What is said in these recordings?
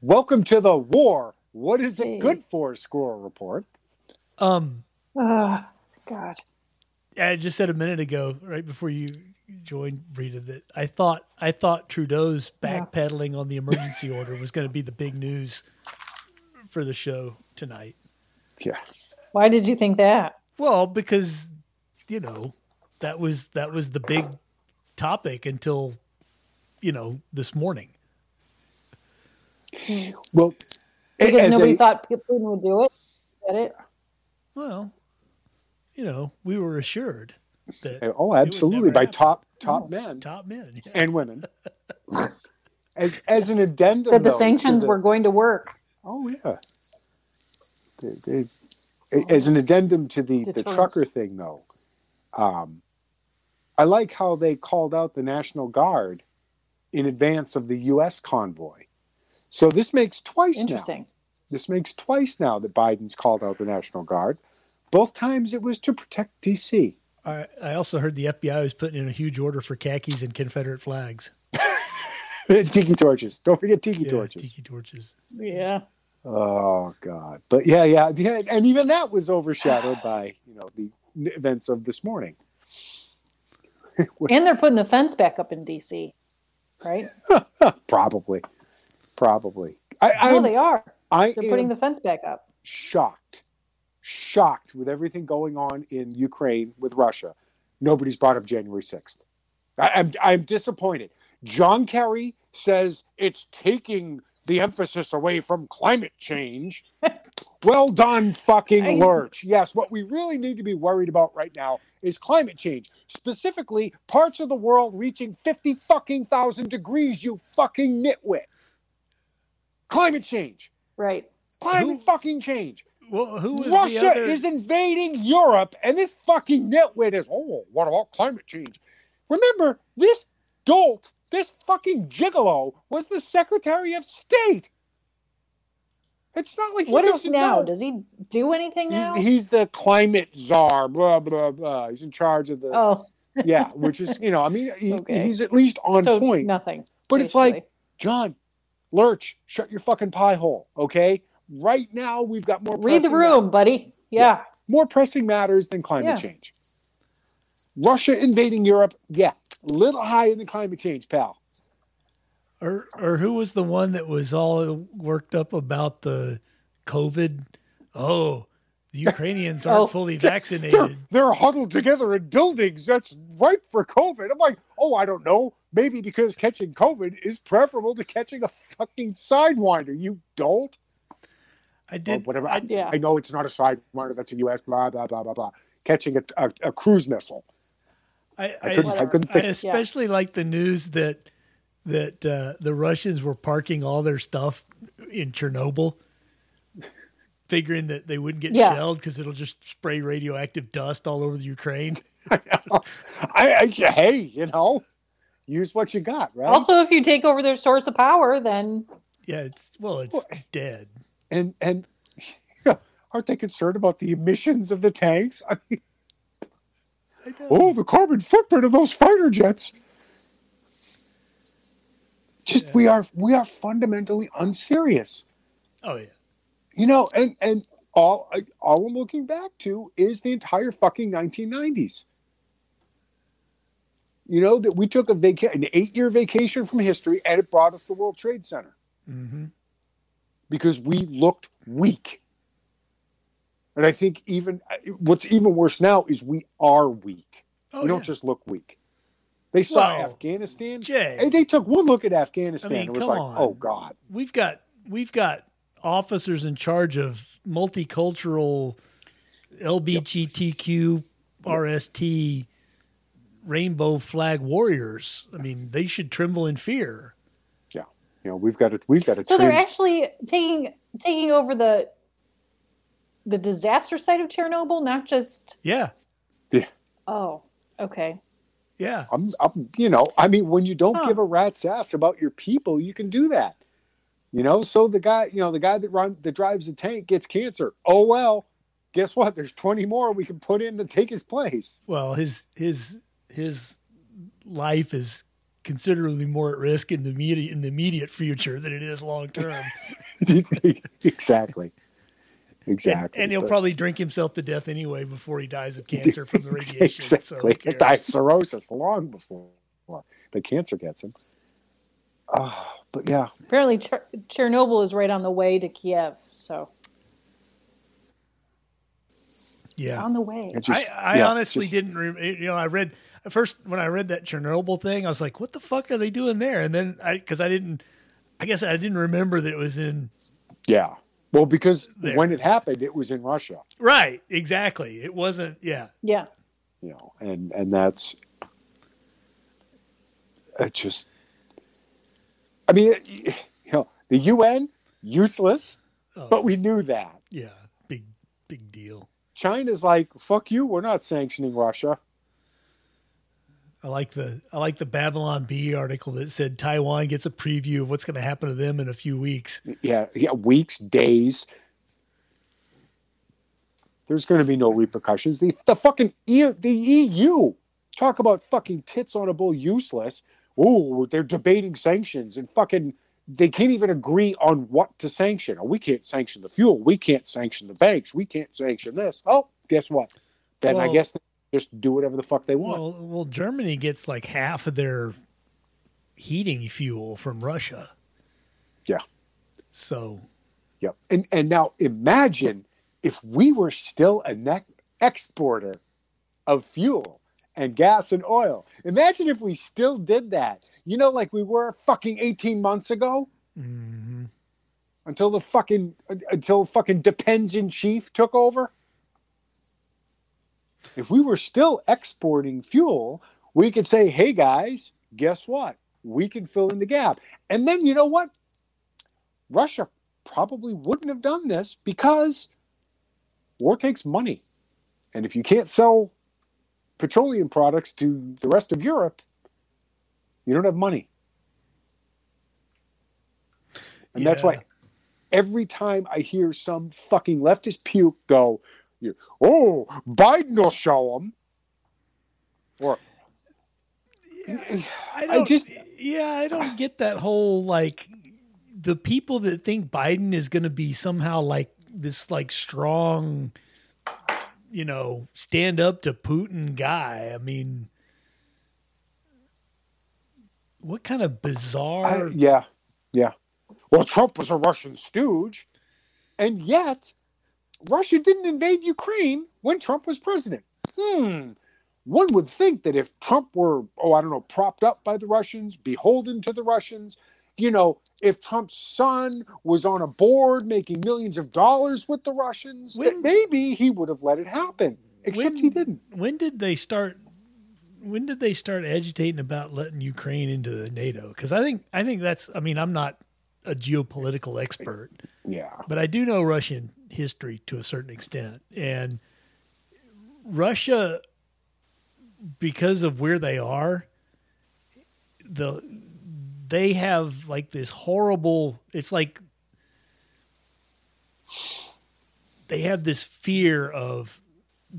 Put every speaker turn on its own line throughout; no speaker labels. Welcome to the war. What is it good for? Squirrel report.
Um,
Oh, God.
I just said a minute ago, right before you joined, Rita, that I thought I thought Trudeau's
Yeah.
backpedaling on the emergency order was going to be the big news for the show tonight.
Yeah.
Why did you think that?
Well, because you know that was that was the big topic until you know this morning.
Well, a-
Because
as
nobody
a-
thought Putin would do it. Is that it?
Well, you know we were assured that
oh, absolutely
never
by
happen.
top top men
top men. yeah.
and women. As as an addendum,
That the
though, to
sanctions
the-
were going to work.
Oh yeah. They- they- as an addendum to the, the
Deterrence.
trucker thing, though, um, I like how they called out the National Guard in advance of the U.S. convoy. So this makes twice now.
Interesting.
This makes twice now that Biden's called out the National Guard. Both times it was to protect D.C.
I, I also heard the FBI was putting in a huge order for khakis and Confederate flags.
tiki torches. Don't forget tiki
Yeah,
torches.
Tiki torches.
Yeah.
Oh God! But yeah, yeah, yeah, and even that was overshadowed by you know the n- events of this morning.
And they're putting the fence back up in D.C., right?
Probably, probably. I,
No,
I'm,
they are.
I
They're
am
putting the fence back up.
shocked, shocked with everything going on in Ukraine with Russia. Nobody's brought up January sixth. I'm I'm disappointed. John Kerry says it's taking the emphasis away from climate change. well done,
I-
fucking lurch. Yes, what we really need to be worried about right now is climate change, specifically parts of the world reaching fifty fucking thousand degrees. You fucking nitwit. Climate change.
Right.
Climate
Who-
fucking change.
Well, who was the
Russia
other?
is invading Europe, and this fucking nitwit is, oh, what about climate change? Remember, this dolt, this fucking gigolo, was the Secretary of State. It's not like he
What is
doesn't
now?
know.
Does he do anything now?
he's, he's the climate czar, blah, blah, blah. He's in charge of the,
oh,
yeah, which is, you know, I mean, he,
Okay.
he's at least on
so
point.
nothing.
but it's like,
basically.
John, Lurch, shut your fucking pie hole, okay? Right now, we've got more
read the
pressing
room, buddy. Yeah.
more pressing matters than climate
Yeah.
change. Russia invading Europe, yeah, a little higher than climate change, pal.
or or who was the one that was all worked up about the COVID? Oh, the Ukrainians aren't
Oh.
fully
They're,
vaccinated.
they're huddled together in buildings. That's ripe for COVID. I'm like, oh, I don't know. Maybe because catching COVID is preferable to catching a fucking sidewinder, you dolt.
I
Or
did.
whatever. I,
I,
Yeah.
I know it's not a sidewinder. That's a U.S. blah, blah, blah, blah, blah. Catching a, a, a cruise missile.
I,
I
I-
couldn't, I
Whatever.
couldn't
I
think.
especially like the news that that uh, the Russians were parking all their stuff in Chernobyl, figuring that they wouldn't get
Yeah.
shelled because it'll just spray radioactive dust all over the Ukraine.
I, I, hey, you know, use what you got, right?
Also, if you take over their source of power, then
Yeah, it's well, it's dead.
and and aren't they concerned about the emissions of the tanks? I mean, oh, the carbon footprint of those fighter jets. Just we are we are fundamentally unserious,
Oh yeah,
you know. And and all I- all I'm looking back to is the entire fucking 1990s. You know that we took a vaca- an eight year vacation from history, and it brought us the World Trade Center
mm-hmm.
because we looked weak. And I think even what's even worse now is we are weak.
Oh,
we don't
yeah.
just look weak. They saw
Well,
Afghanistan.
Jay.
and they took one look at Afghanistan
I mean,
and was
come
like,
on.
"Oh God,
we've got we've got officers in charge of multicultural LBGTQ RST rainbow flag warriors. I mean, they should tremble in fear.
you know, we've got to, we've got to."
so they're
trans-
actually taking taking over the the disaster site of Chernobyl, not just
Yeah.
oh, okay,
Yeah.
I'm, I'm, you know, I mean, when you don't
Huh.
give a rat's ass about your people, you can do that. You know, so the guy, you know, the guy that run that drives the tank gets cancer. Oh well, guess what? There's 20 more we can put in to take his place.
Well, his his his life is considerably more at risk in the immediate in the immediate future than it is long term.
exactly. Exactly.
and he'll
But-
probably drink himself to death anyway before he dies of cancer from the radiation. So who
Exactly.
cares?
Died of cirrhosis long before the cancer gets him. Uh, but yeah,
Apparently, Cher- Chernobyl is right on the way to Kiev, so it's
yeah.
on the way.
it just-
I, I
yeah,
honestly
just-
didn't. Re- you know, I read at first when I read that Chernobyl thing, I was like, "What the fuck are they doing there?" And then I because I didn't. I guess I didn't remember that it was in
Yeah. Well, because
There.
when it happened, it was in Russia,
right. Exactly. It wasn't. Yeah.
Yeah,
you know, and and that's it. Just, I mean, it, you know, the UN useless,
Oh,
but we knew that.
yeah. Big big deal.
China's like, fuck you, we're not sanctioning Russia.
I like the I like the Babylon B article that said Taiwan gets a preview of what's going to happen to them in a few weeks.
Yeah, yeah, weeks, days. There's going to be no repercussions. The the fucking E- the EU talk about fucking tits on a bull useless. Ooh, they're debating sanctions and fucking they can't even agree on what to sanction. Oh, we can't sanction the fuel. We can't sanction the banks. We can't sanction this. Oh, guess what? Then I
Well-
guess they just do whatever the fuck they want.
Well, well, Germany gets like half of their heating fuel from Russia.
Yeah.
So
Yep. And and now imagine if we were still a net exporter of fuel and gas and oil. Imagine if we still did that. You know, like we were fucking 18 months ago
mhm.
until the fucking until fucking depends in chief took over. If we were still exporting fuel, we could say, "Hey guys, guess what? We can fill in the gap." And then you know what? Russia probably wouldn't have done this because war takes money. And if you can't sell petroleum products to the rest of Europe, you don't have money. And that's
Yeah.
why every time I hear some fucking leftist puke go, you- "Oh, Biden will show him," or
I don't.
just- Ah.
yeah, I don't get that whole like the people that think Biden is going to be somehow like this like strong, you know, stand up to Putin guy. I mean. What kind of
I-
bizarre
yeah, yeah. Well, Trump was a Russian stooge, and yet Russia didn't invade Ukraine when Trump was president. Hmm. One would think that if Trump were, oh, I don't know, propped up by the Russians, beholden to the Russians, you know, if Trump's son was on a board making millions of dollars with the Russians, that
When-
maybe he would have let it happen. Except he
When-
didn't.
when did they start when did they start agitating about letting Ukraine into NATO? Because I think I think that's I mean I'm not a geopolitical expert,
Yeah.
but I do know Russian history to a certain extent, and Russia, because of where they are, the they have like this horrible. It's like they have this fear of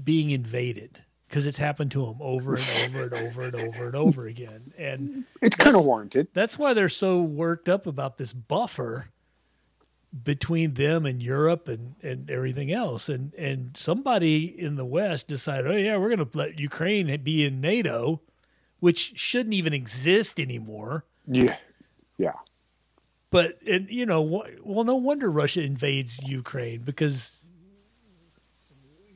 being invaded because it's happened to them over and over and over and over and over again, and
It's kind of warranted.
that's why they're so worked up about this buffer between them and Europe and, and everything else. And and somebody in the West decided, oh yeah, we're gonna let Ukraine be in NATO, which shouldn't even exist anymore.
Yeah. Yeah.
But and you know, wh- well, no wonder Russia invades Ukraine because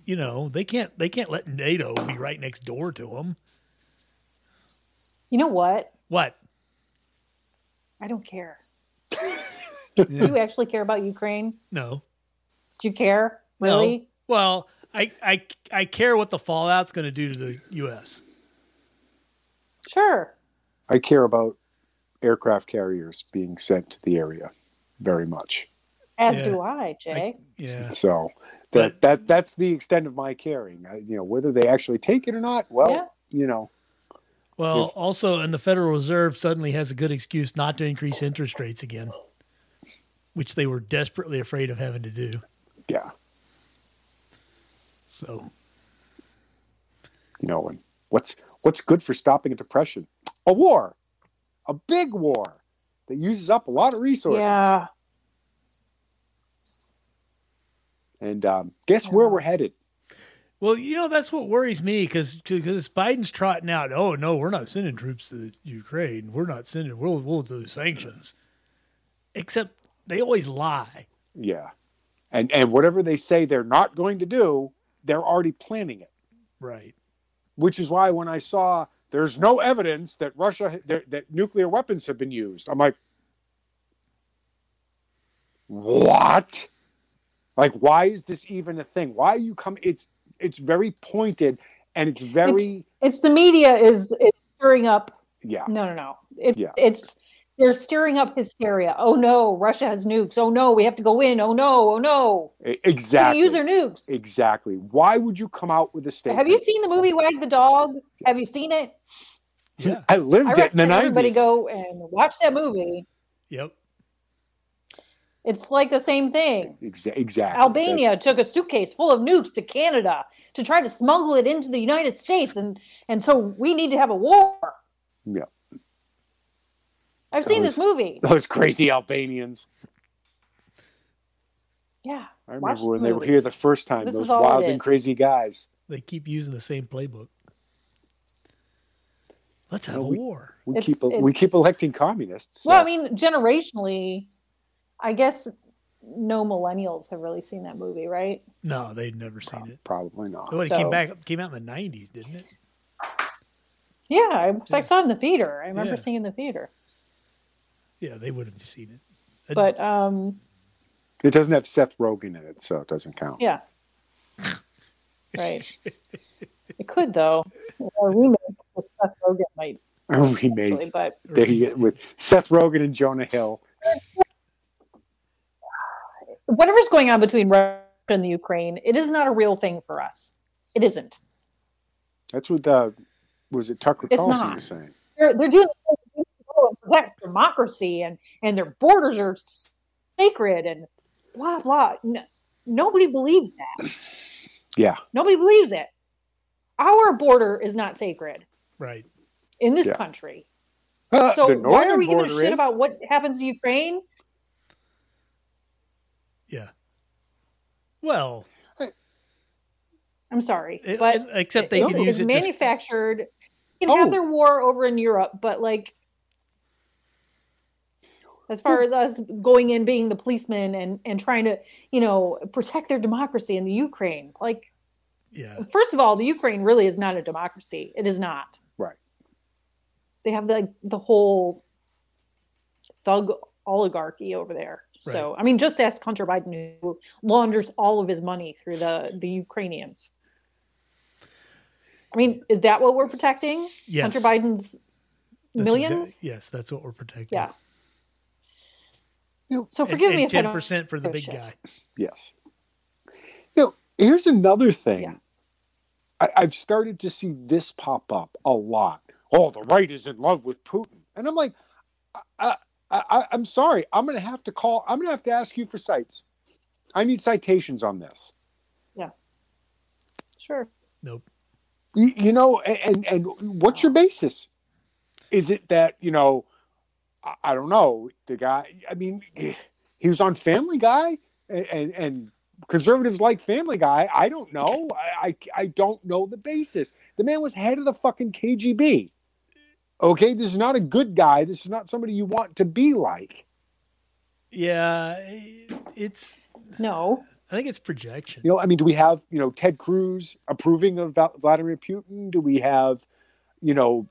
you know they can't they can't let NATO be right next door to them.
you know what?
What?
I don't care. Do you actually care about Ukraine?
No.
Do you care
No.
really?
Well, I I I care what the fallout's going to do to the U.S.
Sure.
I care about aircraft carriers being sent to the area very much.
As
Yeah.
do I, Jay.
Yeah.
So that
But-
that that's the extent of my caring. I, you know, whether they actually take it or not, well,
Yeah.
you know,
Well,
If-
also, and the Federal Reserve suddenly has a good excuse not to increase interest rates again, which they were desperately afraid of having to do.
yeah,
So,
you know, and what's what's good for stopping a depression? A war. a big war that uses up a lot of resources.
Yeah.
And um, guess where
Yeah.
we're headed?
Well, you know that's what worries me because because Biden's trotting out, oh no, we're not sending troops to Ukraine. We're not sending. We'll we'll do sanctions. Except they always lie.
Yeah. And and whatever they say they're not going to do, they're already planning it.
Right.
Which is why when I saw there's no evidence that Russia that, that nuclear weapons have been used, I'm like, what? Like, why is this even a thing? Why are you come? It's it's very pointed and it's very
It's, it's the media is, is stirring up
yeah
No, no, no. It,
Yeah.
It's they're stirring up hysteria. Oh no, Russia has nukes. Oh no, we have to go in. Oh no, oh no.
e-
They're gonna
exactly
Use their nukes.
exactly. Why would you come out with a statement?
Have you seen the movie Wag the Dog? Have you seen it?
Yeah.
I lived
I
it in the
recommend everybody
nineties.
go and watch that movie.
Yep.
It's like the same thing.
Exa- exactly.
Albania
That's-
took a suitcase full of nukes to Canada to try to smuggle it into the United States, and and so we need to have a war.
Yeah.
I've
That
seen
was-
this movie.
those crazy Albanians.
Yeah,
I
Watch
remember when
the
they were
movie.
here the first time.
This
those
is all it
wild and
is.
crazy guys.
They keep using the same playbook. Let's have
No,
a
we-
war.
We
It's-
keep we
it's-
keep electing communists. so-
Well, I mean, generationally, I guess no millennials have really seen that movie, right?
No, they've never seen
Pro-
it.
probably not.
Well, it
So-
came back came out in the nineties, didn't it?
Yeah, I, 'cause I
Yeah.
saw it in the theater. I remember
Yeah.
seeing it in the theater.
Yeah, they would have seen it.
But um,
It doesn't have Seth Rogen in it, so it doesn't count.
yeah, right. It could though. A remake with Seth Rogen might
A
actually,
remake.
but
There you get with Seth Rogen and Jonah Hill.
whatever's going on between Russia and the Ukraine, it is not a real thing for us. It isn't.
That's what uh, was it Tucker
It's
Carlson
not.
was saying.
They're they're doing the thing to go and protect democracy and and their borders are sacred and blah blah. No, nobody believes that.
Yeah,
Nobody believes it. Our border is not sacred
right.
in this
Yeah.
country.
Uh,
So
the
why are
northern
we giving a
border
shit
is.
about what happens in Ukraine?
Yeah. Well,
I'm sorry,
e-
but
e- except they
it's,
can
it's
use it. to-
manufactured. They can
Oh.
have their war over in Europe, but like, as far as us going in being the policeman and and trying to you know protect their democracy in the Ukraine, like
yeah.
first of all, the Ukraine really is not a democracy. It is not.
Right.
They have the the whole thug oligarchy over there. So I mean, just ask Hunter Biden who launders all of his money through the the Ukrainians. I mean, is that what we're protecting?
Yes.
Hunter Biden's
That's
millions.
exact- yes, that's what we're protecting.
Yeah.
You know,
So forgive me if I
ten
don't.
percent for the
give a
big
shit.
guy.
Yes. Now, here's another thing.
Yeah.
I, I've started to see this pop up a lot. Oh, the right is in love with Putin, and I'm like, I, I, I, I'm sorry. I'm going to have to call. I'm going to have to ask you for cites. I need citations on this.
Sure.
Nope.
You, you know, a- and and what's your basis? Is it that you know? I, I don't know. The guy. I mean, he was on Family Guy, and and, and conservatives like Family Guy. I don't know. I, I I don't know the basis. The man was head of the fucking KGB. Okay, this is not a good guy. This is not somebody you want to be like.
Yeah, it- it's.
No.
I think it's projection.
You know, I mean, do we have you know Ted Cruz approving of Val- Vladimir Putin? Do we have, you know,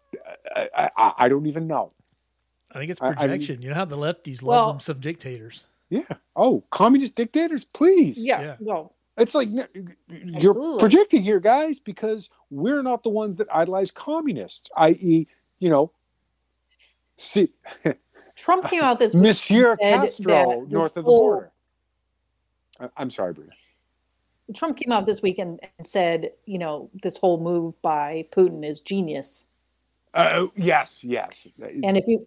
I, I- I, I don't even know.
I think it's
I- I mean-
projection. you know how the lefties love
Well-
them some dictators.
Yeah. Oh, communist dictators, please.
Yeah.
Yeah.
No.
It's like no, you're
Absolutely.
projecting here, guys, because we're not the ones that idolize communists, i.e., you know, see,
Trump came out this week
Monsieur
said
Castro
that this
north of the
whole-
border. I, I'm sorry, Brina.
Trump came out this week and, and said, you know, this whole move by Putin is genius.
Uh, yes, yes. Uh,
And if you,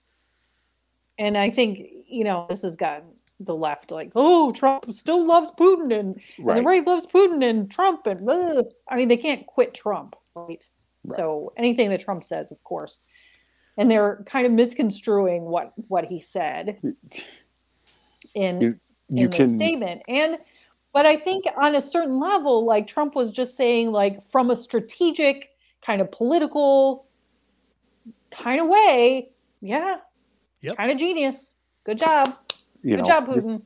and I think, you know, this has gotten the left like, oh, Trump still loves Putin and, and
right.
the right loves Putin and Trump. And ugh." I mean, they can't quit Trump, right? So anything that Trump says, of course. and they're kind of misconstruing what what he said in
You- You
in
can.
the statement. And but I think on a certain level, like Trump was just saying, like from a strategic kind of political kind of way, yeah,
Yep.
kind of genius. Good job,
you
good
know,
job, Putin.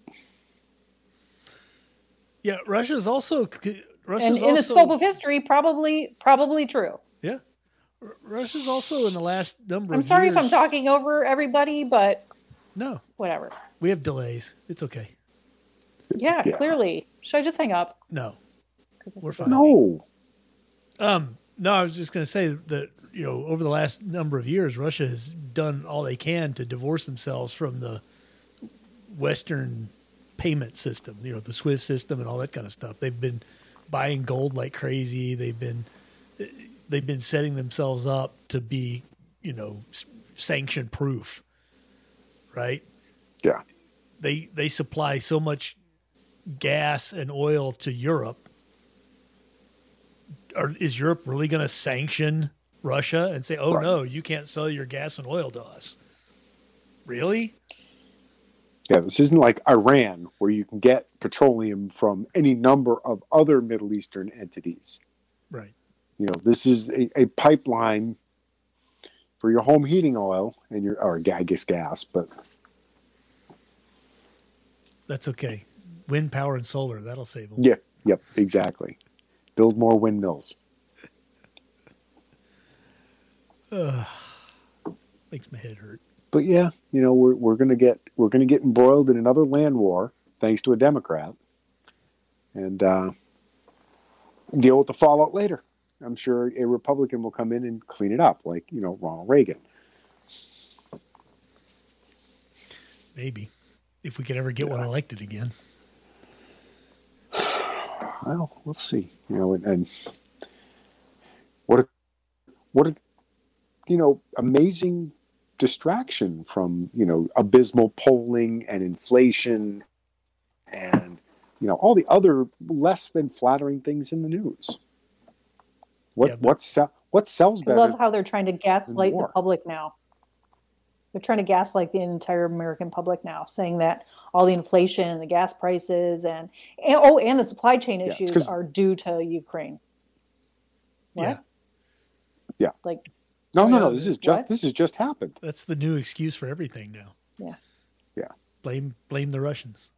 Yeah, Russia's also c- Russia's
And in
also,
the scope of history, probably probably true.
yeah, R- Russia's also in the last number.
I'm
of
sorry if I'm
years-
talking over everybody, but
No,
whatever.
we have delays. It's okay.
Yeah,
Yeah.
clearly. Should I just hang up?
No,
'Cause this
We're
is-
fine.
No.
Um, no, I was just going to say that you know over the last number of years, Russia has done all they can to divorce themselves from the Western payment system, you know, the SWIFT system and all that kind of stuff. They've been buying gold like crazy. They've been they've been setting themselves up to be you know sanction proof, right?
Yeah.
they they supply so much gas and oil to Europe. Are, is Europe really going to sanction Russia and say, "Oh
Right.
no, you can't sell your gas and oil to us"? Really?
Yeah, this isn't like Iran where you can get petroleum from any number of other Middle Eastern entities.
Right.
You know, this is a, a pipeline for your home heating oil and your or I guess gas, but
That's okay. Wind power and solar that'll save them.
yeah, yep, exactly. Build more windmills.
Makes my head hurt.
But yeah, you know, we're we're gonna get we're gonna get embroiled in another land war thanks to a Democrat. And uh, deal with the fallout later. I'm sure a Republican will come in and clean it up, like, you know, Ronald Reagan.
Maybe if we could ever get one elected again.
well, we'll see. You know, and, and what a what a you know amazing distraction from you know abysmal polling and inflation and you know all the other less than flattering things in the news. What
Yeah, but-
what sell, what sells
I
better?
love how they're trying to gaslight the
war.
public now. They're trying to gaslight the entire American public now, saying that all the inflation and the gas prices and, and oh, and the supply chain
it's
issues
'cause-
are due to Ukraine. What?
Yeah.
Yeah.
Like
no, no, no.
yeah,
This is just
what?
this has just happened.
That's the new excuse for everything now.
Yeah.
Yeah.
Blame blame the Russians.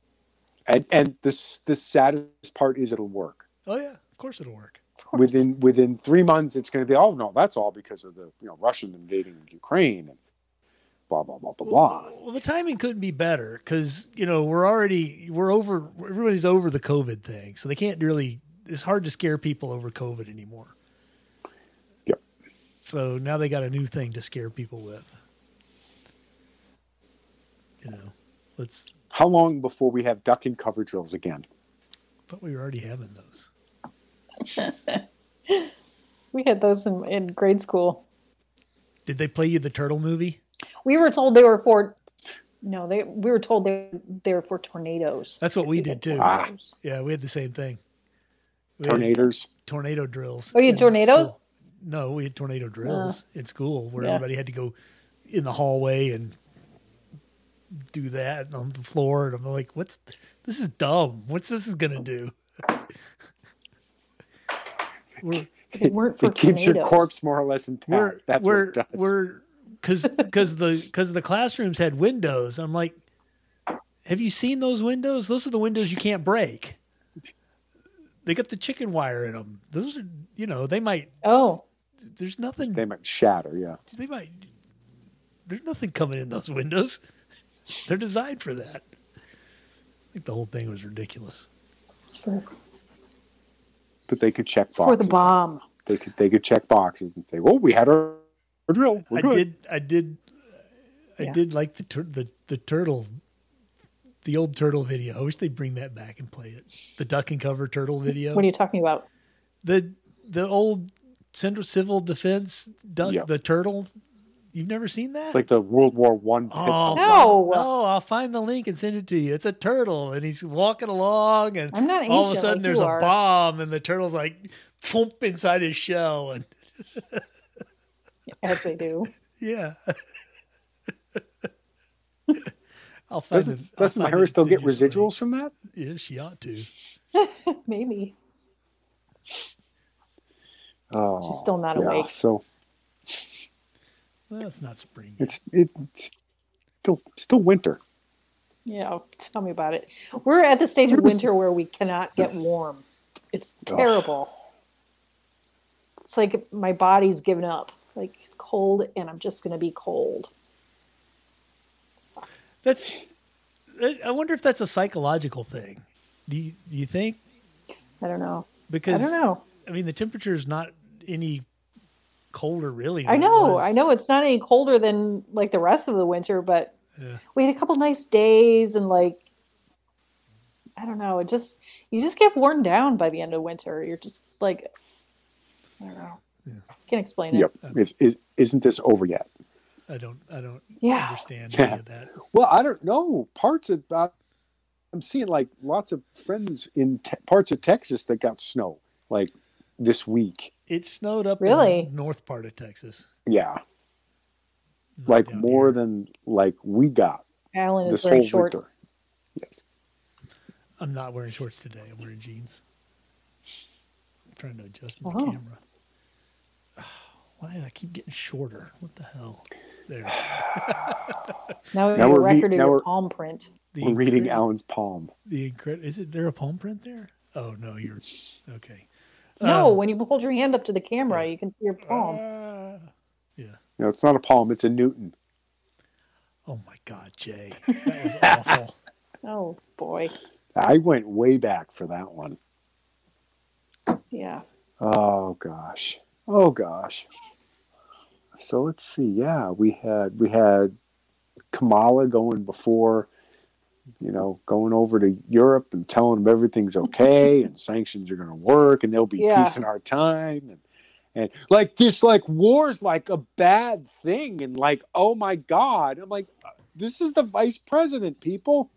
And and this the saddest part is it'll work.
Oh yeah, of course it'll work.
of course.
within within three months it's going to be oh no that's all because of the you know Russian invading Ukraine and blah blah blah blah blah.
Well, well, the timing couldn't be better because you know we're already we're over everybody's over the COVID thing, so they can't really. It's hard to scare people over COVID anymore.
Yep.
So now they got a new thing to scare people with. You know, let's.
How long before we have duck and cover drills again?
But we were already having those.
we had those in, in grade school.
Did they play you the turtle movie?
We were told they were for no, they we were told they they were for tornadoes.
That's what we did too.
Ah.
Yeah, we had the same thing. We had
Tornadoes.
tornado drills.
Oh, you had
in
tornadoes?
school. No, we had tornado drills in school where
Yeah.
everybody had to go in the hallway and do that and on the floor. And I'm like, what's this is dumb. What's this is gonna do? we're
They weren't for
It keeps your
tornadoes.
corpse more or less intact.
we're
Ah, that's
we're
what it does.
we're because because the because the classrooms had windows. I'm like, have you seen those windows? Those are the windows you can't break. They got the chicken wire in them. Those are you know they might.
Oh,
There's nothing
they might shatter. Yeah.
they might there's nothing coming in those windows they're designed for that i think the whole thing was ridiculous
it's for,
But they could check
it's for
boxes.
the bomb.
They could they could check boxes and say, "Well, we had our, our drill. We're
i
good."
did i did i
Yeah.
did like the, tur- the the turtle the old turtle video i wish they'd bring that back and play it the duck and cover turtle video
What are you talking about?
the the old central civil defense duck
Yeah.
the turtle you've never seen that
Like the World War One.
Oh,
pit-
No.
No, I'll find the link and send it to you. It's a turtle, and he's walking along, and
I'm not
all of a
ancient
sudden
like
there's
you
a
are.
bomb, and the turtle's like thump inside his shell, and
As they do.
Yeah. I'll find it.
Doesn't,
I'll
doesn't
find
Myra
it
still get
and send you the link.
residuals from that?
Yeah, she ought to.
Maybe.
Oh,
She's still not
yeah,
awake.
So
Well, it's not spring. yet.
it's it's still still winter.
Yeah, tell me about it. We're at the stage of winter where we cannot get warm. It's
Ugh.
terrible. It's like my body's given up. Like it's cold and I'm just going to be cold. Sucks.
That's. I- I wonder if that's a psychological thing. Do you, do you think?
I don't know. I
Because
don't know.
I mean, the temperature is not any colder, really.
I
than it
know.
was-
I know it's not any colder than like the rest of the winter, but
Yeah.
we had a couple nice days and like I don't know. It just you just get worn down by the end of winter. You're just like I don't know.
Yeah.
Can't explain it.
Yep. It's, it, isn't this over yet?
I don't. I don't
Yeah.
understand
Yeah.
any of that.
Well, I don't know. Parts of uh, I'm seeing like lots of friends in te- parts of Texas that got snow like this week.
It snowed up
Really?
in the north part of Texas.
Yeah,
not
like
down
more
here.
than like we got
Alan
this
is
whole
wearing shorts.
winter. Yes.
I'm not wearing shorts today. I'm wearing jeans. I'm trying to adjust my
Oh.
camera. Why did I keep getting shorter? What the hell? There.
Now
Now, we have a
we're re-
record of
now
your
we're-
palm print.
The
We're reading
incre-
Alan's palm.
The incredible. Is it there a palm print there? Oh no, you're okay.
No,
Um,
when you hold your hand up to the camera, you can see your palm.
Ah. yeah.
No, it's not a palm. It's a Newton.
Oh my God, Jay, that was awful.
Oh boy.
I went way back for that one.
Yeah.
Oh gosh. Oh gosh. So let's see. Yeah, we had we had Kamala going before, you know, going over to Europe and telling them everything's okay and sanctions are going to work and there'll be
Yeah.
peace in our time and and like this like war's like a bad thing and like oh my god. I'm like uh, this is the vice president, people.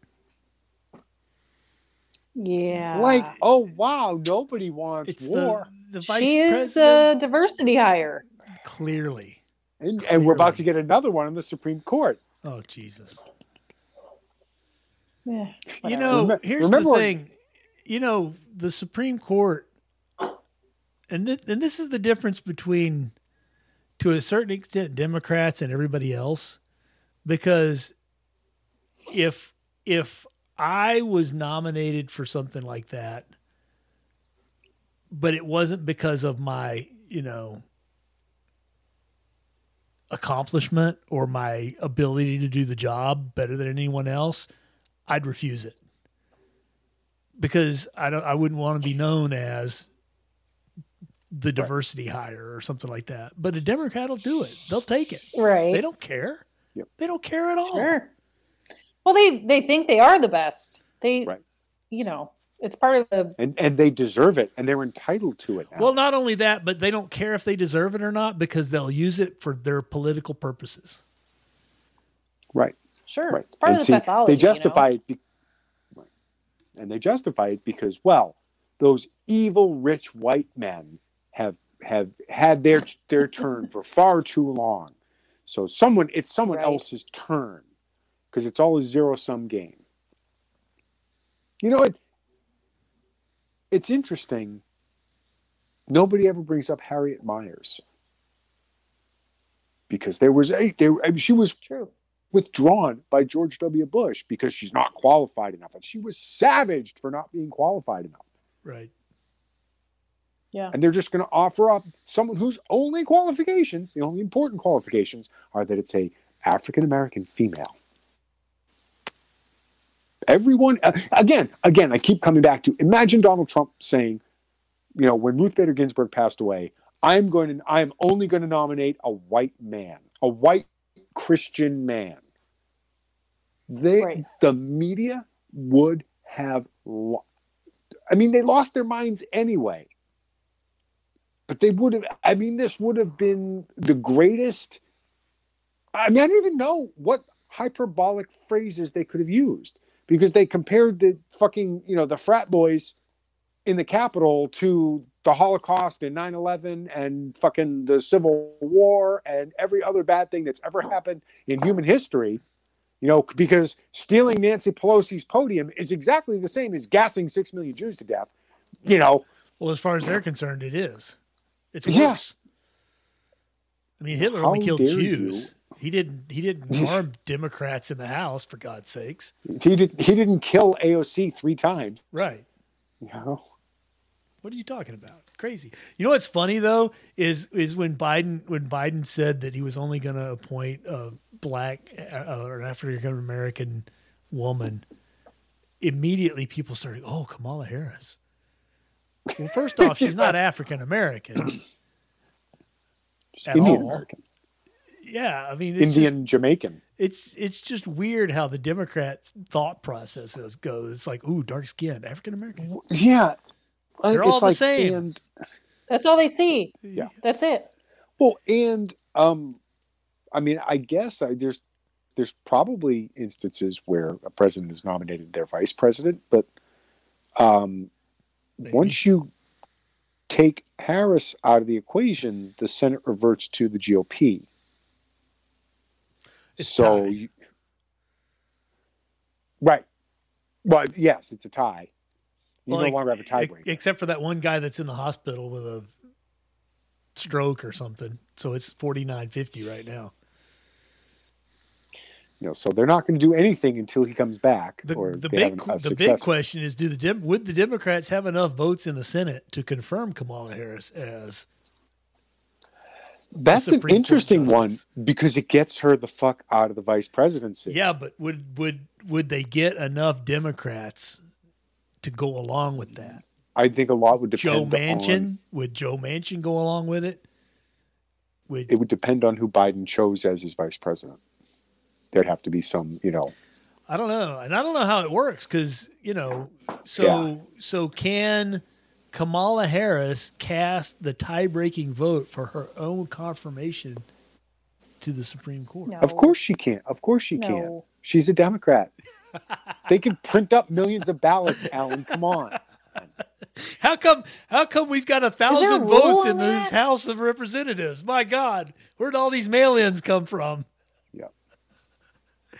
Yeah.
Like, oh wow, nobody wants
It's
war.
the the vice
she is
president.
a diversity hire.
clearly.
And, and we're about
Clearly.
to get another one in the Supreme Court.
Oh Jesus.
Yeah,
You
whatever.
know,
Remem-
here's
remember
the
when-
thing. You know, the Supreme Court, and th- and this is the difference between, to a certain extent, Democrats and everybody else, because if if I was nominated for something like that, but it wasn't because of my you know accomplishment or my ability to do the job better than anyone else I'd refuse it because I don't. I wouldn't want to be known as the diversity hire or something like that. But a Democrat will do it. They'll take it.
right.
They don't care.
Yep.
They don't care at
Oh.
all.
Sure. Well, they they think they are the best. They,
Right.
you know, it's part of the
and and they deserve it and they're entitled to it now.
Well, not only that, but they don't care if they deserve it or not because they'll use it for their political purposes.
right
sure.
right
It's part
And
of the
see,
pathology.
they justify it be- right. and they justify it because well those evil rich white men have have had their their turn for far too long so someone it's someone
Right.
else's turn because it's all a zero sum game you know it it's interesting nobody ever brings up harriet myers because there was a there I mean, she was
You know? True.
withdrawn by George W. Bush because she's not qualified enough. And she was savaged for not being qualified enough.
Right.
Yeah.
And they're just going to offer up someone whose only qualifications, the only important qualifications, are that it's a African American female. Everyone, uh, again, again, I keep coming back to imagine Donald Trump saying, you know, when Ruth Bader Ginsburg passed away, I'm going to, I'm only going to nominate a white man, a white Christian man. They,
Right.
the media would have, lo- I mean, they lost their minds anyway but they would have i mean this would have been the greatest i mean i don't even know what hyperbolic phrases they could have used because they compared the fucking you know the frat boys in the capitol to the Holocaust and 9 11 and fucking the Civil War and every other bad thing that's ever happened in human history, you know, because stealing Nancy Pelosi's podium is exactly the same as gassing 6 million Jews to death, you know.
Well, as far as they're concerned, it is. It's worse.
Yeah.
I mean, Hitler
How
only killed
dare
Jews. He didn't. He didn't harm Democrats in the House, for God's sakes.
He, did, he didn't kill AOC three times.
Right.
You know?
What are you talking about? Crazy. You know what's funny though is is when Biden when Biden said that he was only going to appoint a black uh, or an African American woman. Immediately, people started. Oh, Kamala Harris. Well, first off, she's not African American.
Just
At
Indian
all.
American,
Yeah, I mean, it's just-
Indian Jamaican.
it's it's just weird how the Democrats' thought processes go. It's like, ooh, dark skinned African American.
Yeah.
They're
It's
all the
like,
same.
And,
That's all they see.
Yeah.
That's it.
well, and um, I mean, I guess I, there's there's probably instances where a president is nominated their vice president, but um,
Maybe.
once you take Harris out of the equation, the Senate reverts to the GOP.
It's
so,
tied.
you, right? Well, yes, it's a tie. You
Like,
no longer have a
e-
tiebreaker.
except for that one guy that's in the hospital with a stroke or something. So it's forty nine fifty right now.
you know, so they're not going to do anything until he comes back.
The
or they
the
uh,
big
have
qu-
a
the big
successor.
question is, do the Dem- would the Democrats have enough votes in the Senate to confirm Kamala Harris as
That's an
Supreme Court
interesting one
justice.
because it gets her the fuck out of the vice presidency.
Yeah, but would would would they get enough Democrats to go along with that?
I think a lot would
Joe
depend.
Manchin
On,
would Joe Manchin go along with it? Would
it would depend on who Biden chose as his vice president. There'd have to be some, you know.
I don't know, and I don't know how it works because you know, so
Yeah.
so can Kamala Harris cast the tie-breaking vote for her own confirmation to the Supreme Court?
No.
Of course she can't. Of course she can't.
No.
She's a Democrat. they can print up millions of ballots, Alan. Come on.
How come? How come we've got
there a
a thousand
rule
votes
on
in this
that?
House of Representatives? My God, where'd all these mail-ins come from?
Yeah.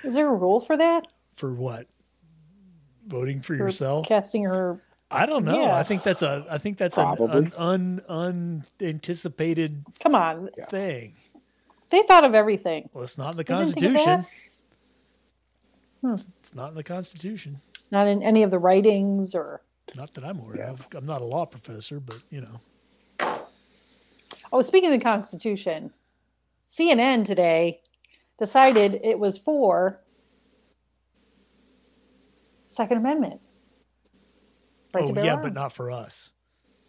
Is there a rule for that?
for what voting for
For
yourself
Casting her.
i don't know
Yeah.
i think that's a i think that's
Probably.
an un, un unanticipated
Come on.
thing
They thought of everything.
well it's not in the
They didn't think of
constitution
that?
it's not in the constitution
Not in any of the writings or.
not that i'm aware
Yeah.
of i'm not a law professor but you know
Oh, speaking of the Constitution, CNN today decided it was for Second Amendment. Right to
oh
bear
yeah
arms.
but not for us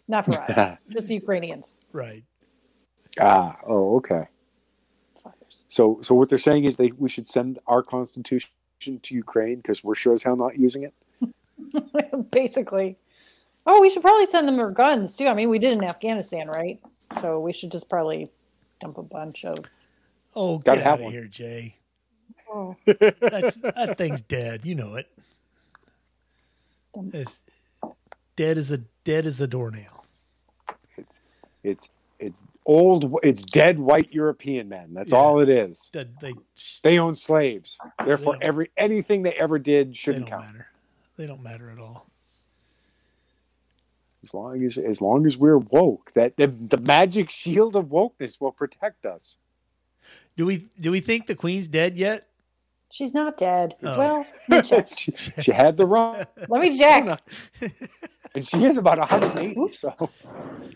Not for us, just the Ukrainians.
right
Ah. Oh. Okay.
Fuckers.
So, so what they're saying is they we should send our constitution to Ukraine because we're sure as hell not using it.
Basically. Oh, we should probably send them our guns too. I mean, we did in Afghanistan, right? So we should just probably dump a bunch of.
oh get
Gotta have
out of
one.
here jay
Oh,
that's that thing's dead you know it it's dead as a dead as a doornail
It's it's old. It's dead white European men. That's
Yeah.
all it is.
Dead- they
They own slaves. Therefore,
They don't-
every anything they ever did
they
shouldn't
don't
count.
matter they don't matter at all
As long as as long as we're woke, that the, the magic shield of wokeness will protect us.
Do we do we think the queen's dead yet?
she's not dead.
Oh.
Well, let me check.
she, she had the run,
Let me check.
and she is about 180.
Oops.
So,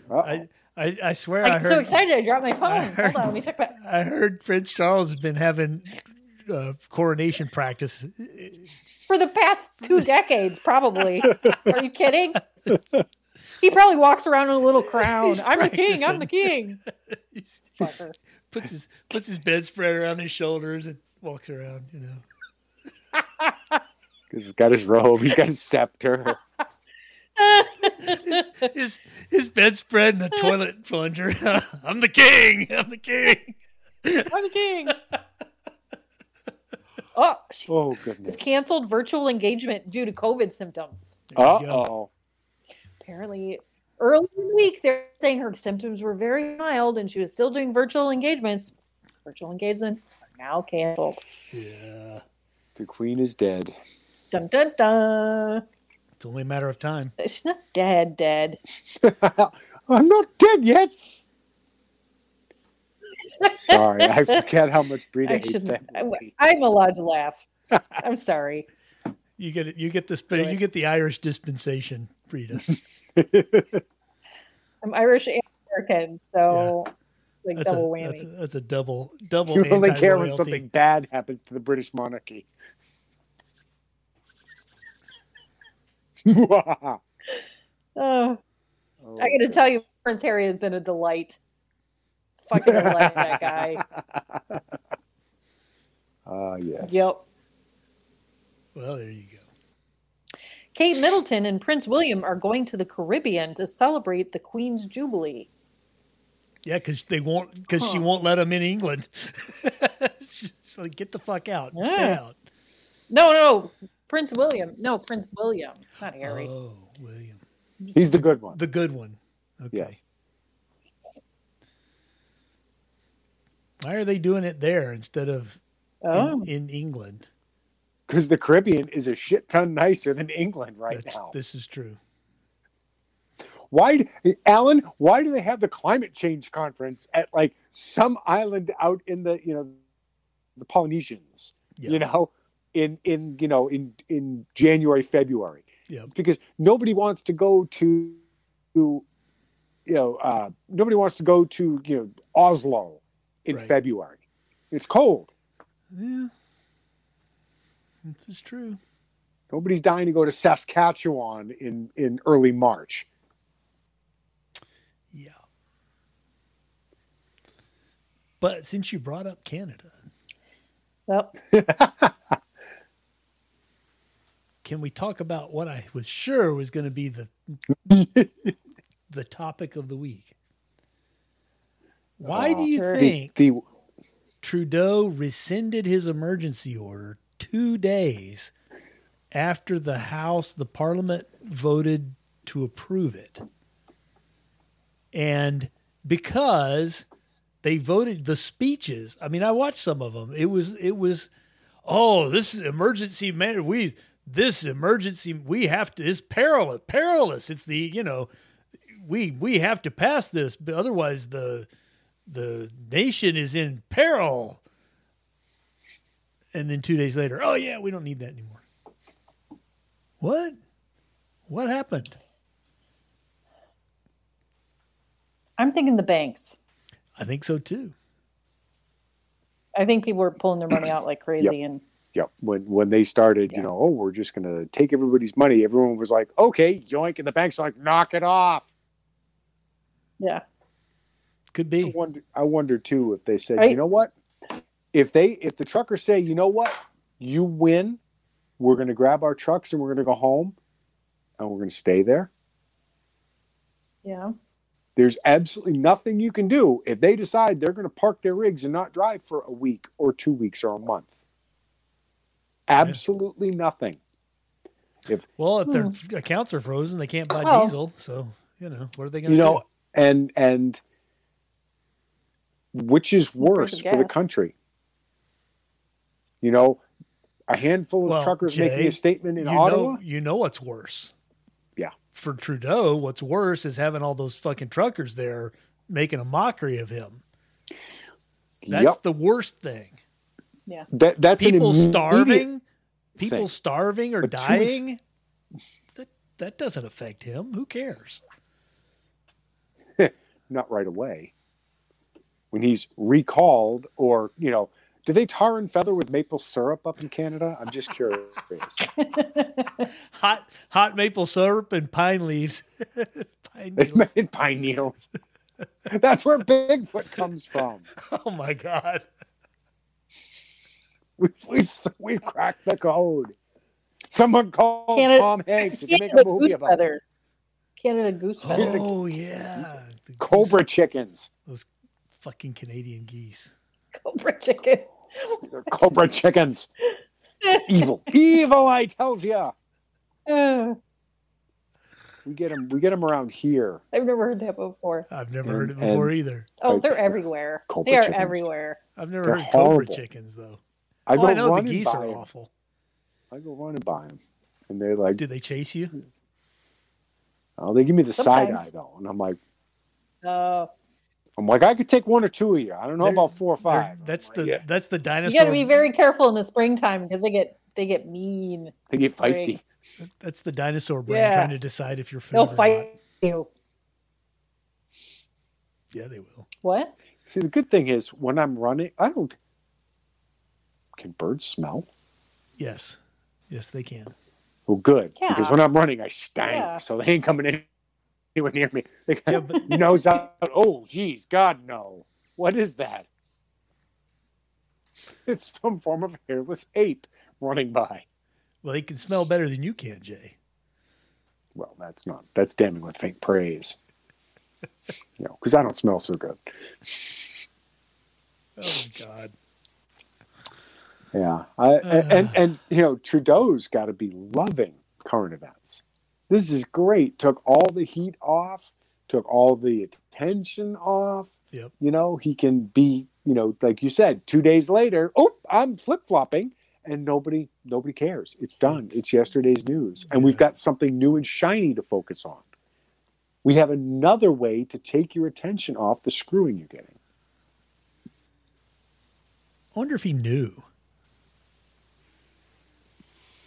Uh-oh.
I I, I swear I
I'm
heard
so excited. I dropped my
I
phone.
heard-
Hold on. Let me check my.
I heard Prince Charles has been having uh, coronation practice.
for the past two decades, probably. Are you kidding? He probably walks around in a little crown.
He's
I'm the king. I'm the king.
He
Fucker.
puts his puts his bedspread around his shoulders and walks around. You know,
'Cause he's got his robe, he's got his scepter.
his his, his bedspread and a toilet plunger. I'm the king. I'm the king.
I'm the king. Oh, she
Oh
was
goodness.
canceled virtual engagement due to COVID symptoms.
There
Uh
you go.
oh.
Apparently, Early in the week, they're saying her symptoms were very mild and she was still doing virtual engagements. Virtual engagements are now canceled.
Yeah.
The queen is dead.
Dun dun dun.
It's only a matter of time.
She's not dead, dead.
I'm not dead yet. Sorry, I forget how much Brita
I
hates
shouldn't.
that.
I,
movie.
I'm allowed to laugh. I'm sorry.
You get it. You get this.
Anyway.
You get the Irish dispensation, Frida.
I'm Irish and American, so it's like
That's
double
a,
whammy.
that's a that's a double double.
You only care when
anti-royalty.
something bad happens to the British monarchy. oh,
Oh, I got to tell you, Prince Harry has been a delight. Fucking delight, that guy.
Ah, yes.
Yep.
Well, there you go.
Kate Middleton and Prince William are going to the Caribbean to celebrate the Queen's Jubilee.
Yeah, because they won't. Because she
Huh.
won't let them in England. She's like, get the fuck out. Stay
Yeah.
out.
No, no, Prince William. No, Prince William, not Harry.
Oh, William,
He's the good one.
the good one. Okay.
Yes.
Why are they doing it there instead of in-
oh,
in, England?
Because the Caribbean is a shit ton nicer than England right
That's,
now.
This is true.
Why, Alan? Why do they have the climate change conference at like some island out in the you know the Polynesians?
Yeah.
You know, in in you know in in January February.
Yep.
It's because nobody wants to go to, to you know, uh, nobody wants to go to you know Oslo in
Right.
February. It's cold.
Yeah. This is true.
Nobody's dying to go to Saskatchewan in in early March.
Yeah. But since you brought up Canada,
well,
can we talk about what I was sure was going to be the the topic of the week? Why do
Oh,
you
sure.
The-
think
the
Trudeau rescinded his emergency order two days after the House, the Parliament voted to approve it. And because they voted the speeches, I mean, I watched some of them. It was, it was, oh, this is emergency man. We, this emergency, we have to, it's perilous, perilous. It's the, you know, we, we have to pass this, but otherwise the, the nation is in peril. And then two days later, oh yeah, we don't need that anymore. What? What happened?
I'm thinking the banks.
I think so too.
I think people are pulling their money out like crazy, and
Yeah, when when they started,
Yeah.
you know, oh, we're just going to take everybody's money. Everyone was like, okay, yoink, and the banks are like, knock it off.
yeah,
Could
I
be.
wonder, I wonder too if they said,
Right.
you know what, if they if the truckers say, you know what, you win, we're going to grab our trucks and we're going to go home, and we're going to stay there.
yeah.
There's absolutely nothing you can do if they decide they're going to park their rigs and not drive for a week or two weeks or a month. Absolutely nothing.
Well, if their accounts are frozen, they can't buy
Well-
diesel. So you know what are they going
you
to do?
know and and which is
price of
worse for the
gas.
country you know a handful of
Well,
truckers
Jay,
making a statement in
you
ottawa
know, you know what's worse.
Yeah.
For Trudeau, what's worse is having all those fucking truckers there making a mockery of him. That's
yep
the worst thing.
that, that's an
people
immediate-
starving, people
thing.
starving or
But two weeks-
dying. that that doesn't affect him. Who cares?
not right away when he's recalled or you know do they tar and feather with maple syrup up in canada i'm just curious
Hot hot maple syrup and pine leaves. pine
they
needles.
made pine needles that's where bigfoot comes from
Oh my god.
we, we, we cracked the code. Someone called
Canada-
Tom Hanks and make
Canada
a movie
goose
about it.
feathers. Canada goose feathers.
Oh yeah. The
Cobra
goose-
chickens.
fucking Canadian geese.
Cobra chicken.
They're cobra chickens. Evil. Evil, I tells ya.
Uh,
We get them. We get them around here.
I've never heard that before.
I've never
And-
heard it before
and-
either.
Oh,
Like
they're
the
everywhere.
cobra
They are
chickens.
everywhere.
I've never
They're
heard
horrible.
cobra chickens though.
I
Oh,
go
I know the
running
geese
by
are
'em.
awful.
I go running by them, and they're like,
Do they chase you?
"Oh, they give me the side eye
Sometimes.
though," and I'm like,
Uh,
"I'm like, I could take one or two of you. I don't know
They're-
about four or
They're-
five.
That's
I'm
the
like, yeah.
that's the
you
dinosaur.
got to be very careful in the springtime because they get they get mean.
they get
great.
feisty.
That's the dinosaur brain
Yeah.
trying to decide if you're food
They'll
or Not.
fight you.
Yeah, they will.
What?
See, the good thing is when I'm running, I don't. Can birds smell?
Yes, yes, they can.
Well, good
Yeah.
because when I'm running, I stank,
Yeah.
so they ain't coming in anywhere near me. They got
Yeah, but
nose out. Oh, geez, God, no! What is that? It's some form of hairless ape running by.
well, they can smell better than you can, Jay.
Well, that's not. That's damning with faint praise. You know, because I don't smell so good.
Oh God.
Yeah, I,
Uh.
and and you know Trudeau's got to be loving current events. This is great. Took all the heat off. Took all the attention off.
Yep.
You know he can be. You know, like you said, two days later, oh, I'm flip flopping, and nobody nobody cares. It's done. It's yesterday's news, and we've
Yeah.
got something new and shiny to focus on. We have another way to take your attention off the screwing you're getting.
I wonder if he knew.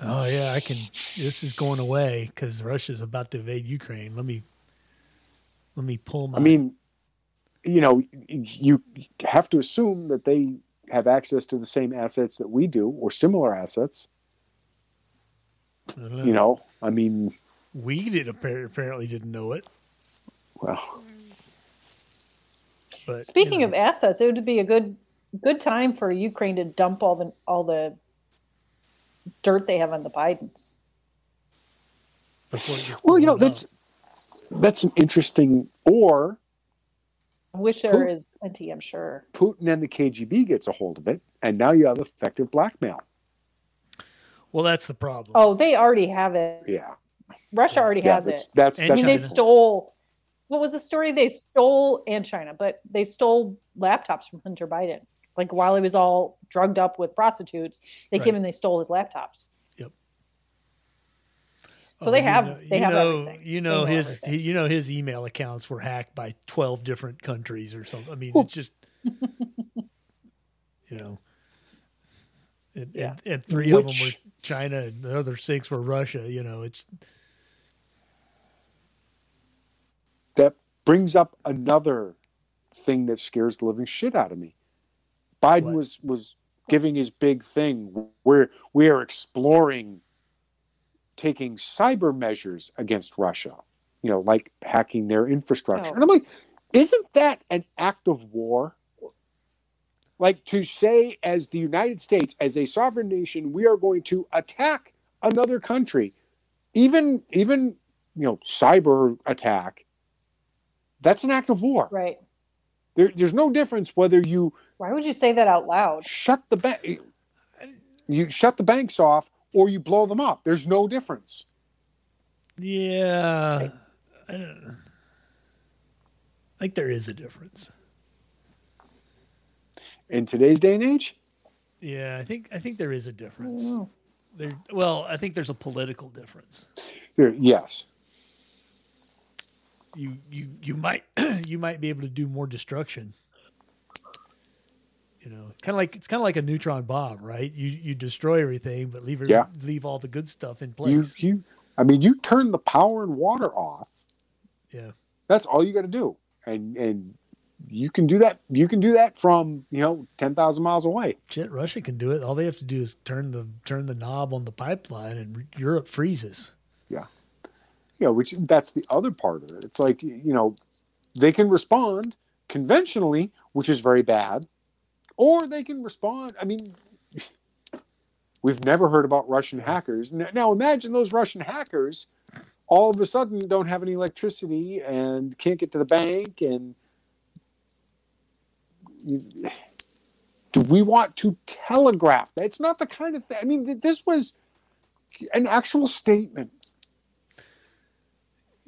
Oh yeah, I can. This is going away because Russia's about to invade Ukraine. Let me, let me pull my.
I mean, you know, you have to assume that they have access to the same assets that we do or similar assets.
I don't know.
You know, I mean,
we did appar- apparently didn't know it.
well,
But
Speaking of assets, it would be a good good time for Ukraine to dump all the all the dirt they have on the Bidens.
of, before it gets
well, you know,
blown
that's
up.
that's an interesting. Or
I wish there is plenty. I'm sure.
Putin and the KGB gets a hold of it, and now you have effective blackmail.
well, that's the problem.
Oh, they already have it.
Yeah,
Russia already
yeah,
has it.
that's that's.
And
that's
I mean,
China.
they stole. What was the story? They stole and China, but they stole laptops from Hunter Biden. Like while he was all drugged up with prostitutes, they
Right.
came and they stole his laptops. so
Oh,
they
you
have-
know-
they
you
have
know,
everything.
You know
know
his
everything.
you know his email accounts were hacked by twelve different countries or something. I mean,
Well-
it's just you know, and,
Yeah.
and, and three of them
Which-
were China, and the other six were Russia. You know, it's
that brings up another thing that scares the living shit out of me. Biden
What?
was was giving his big thing. We're we are exploring taking cyber measures against Russia. You know, like hacking their infrastructure.
Oh.
And I'm like, isn't that an act of war? Like to say, as the United States, as a sovereign nation, we are going to attack another country, even even you know, cyber attack. That's an act of war.
Right?
There, there's no difference whether you
Why would you say that out loud?
shut the bank, you shut the banks off, or you blow them up. There's no difference.
yeah. I don't know. I think there is a difference.
In today's day and age,
Yeah, I think I think there is a
I don't
difference.
know.
There, well, I think there's a political difference.
there, yes,
you you you might you might be able to do more destruction. You know, kind of like it's kind of like a neutron bomb, right? You you destroy everything, but leave
Yeah.
leave all the good stuff in
you,
place.
you, I mean, you turn the power and water off.
yeah,
That's all you got to do, and and you can do that. You can do that from you know ten thousand miles away.
shit, Russia can do it. All they have to do is turn the turn the knob on the pipeline, and Europe freezes.
you know, which that's the other part of it. It's like, you know, they can respond conventionally, which is very bad, or they can respond. I mean, we've never heard about Russian hackers. N- Now, imagine those Russian hackers all of a sudden don't have any electricity and can't get to the bank. And do we want to telegraph? That's not the kind of thing. I mean, th- this was an actual statement.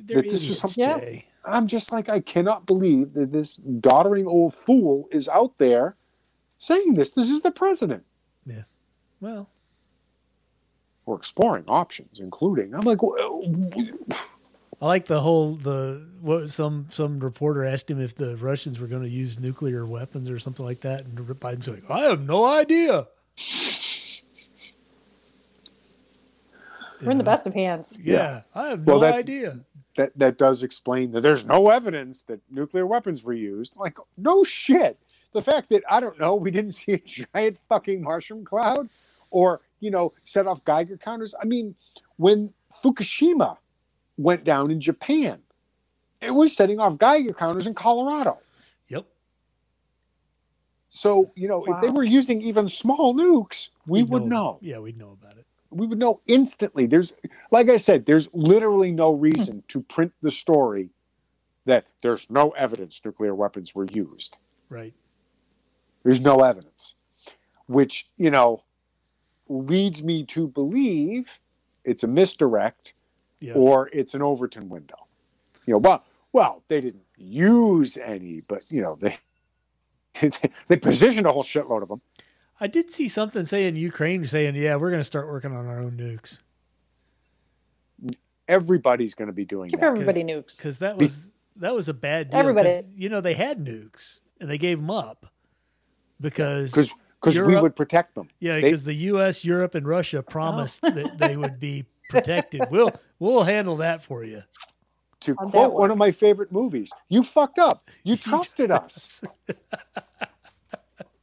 They're
That this was
idiots,
some-
Yeah.
Jay.
I'm just like, I cannot believe that this doddering old fool is out there saying this. This is the president.
Well,
We're exploring options, including. I'm like, w-
I like the whole the what some some reporter asked him if the Russians were going to use nuclear weapons or something like that, and Biden's like, "I have no idea."
We're in the best of hands.
Yeah,
Yeah.
I have
Well,
no
that's-
idea.
that, that does explain that there's no evidence that nuclear weapons were used. Like, no shit. The fact that, I don't know, we didn't see a giant fucking mushroom cloud or, you know, set off Geiger counters. I mean, when Fukushima went down in Japan, it was setting off Geiger counters in Colorado.
Yep.
So, you know, if they
Wow.
were using even small nukes, we
We'd
would know.
Yeah, we'd know about it.
We would know instantly. There's, like I said, there's literally no reason to print the story that there's no evidence nuclear weapons were used.
Right.
There's no evidence, which, you know, leads me to believe it's a misdirect
Yeah.
or it's an Overton window. You know, well, well, they didn't use any, but, you know, they. they positioned a whole shitload of them.
I did see something saying Ukraine saying, "Yeah, we're going to start working on our own nukes."
Everybody's going to be doing
Give
that.
everybody nukes.
because that
Be-
was that was a bad deal.
Everybody-
'cause, you know, they had nukes and they gave them up because
because because we
Europe-
would protect them.
yeah,
they-
because the U.S., Europe, and Russia promised that they would be protected. We'll we'll handle that for you.
To
How'd that
quote one
work?
of my favorite movies, "You fucked up. You trusted us."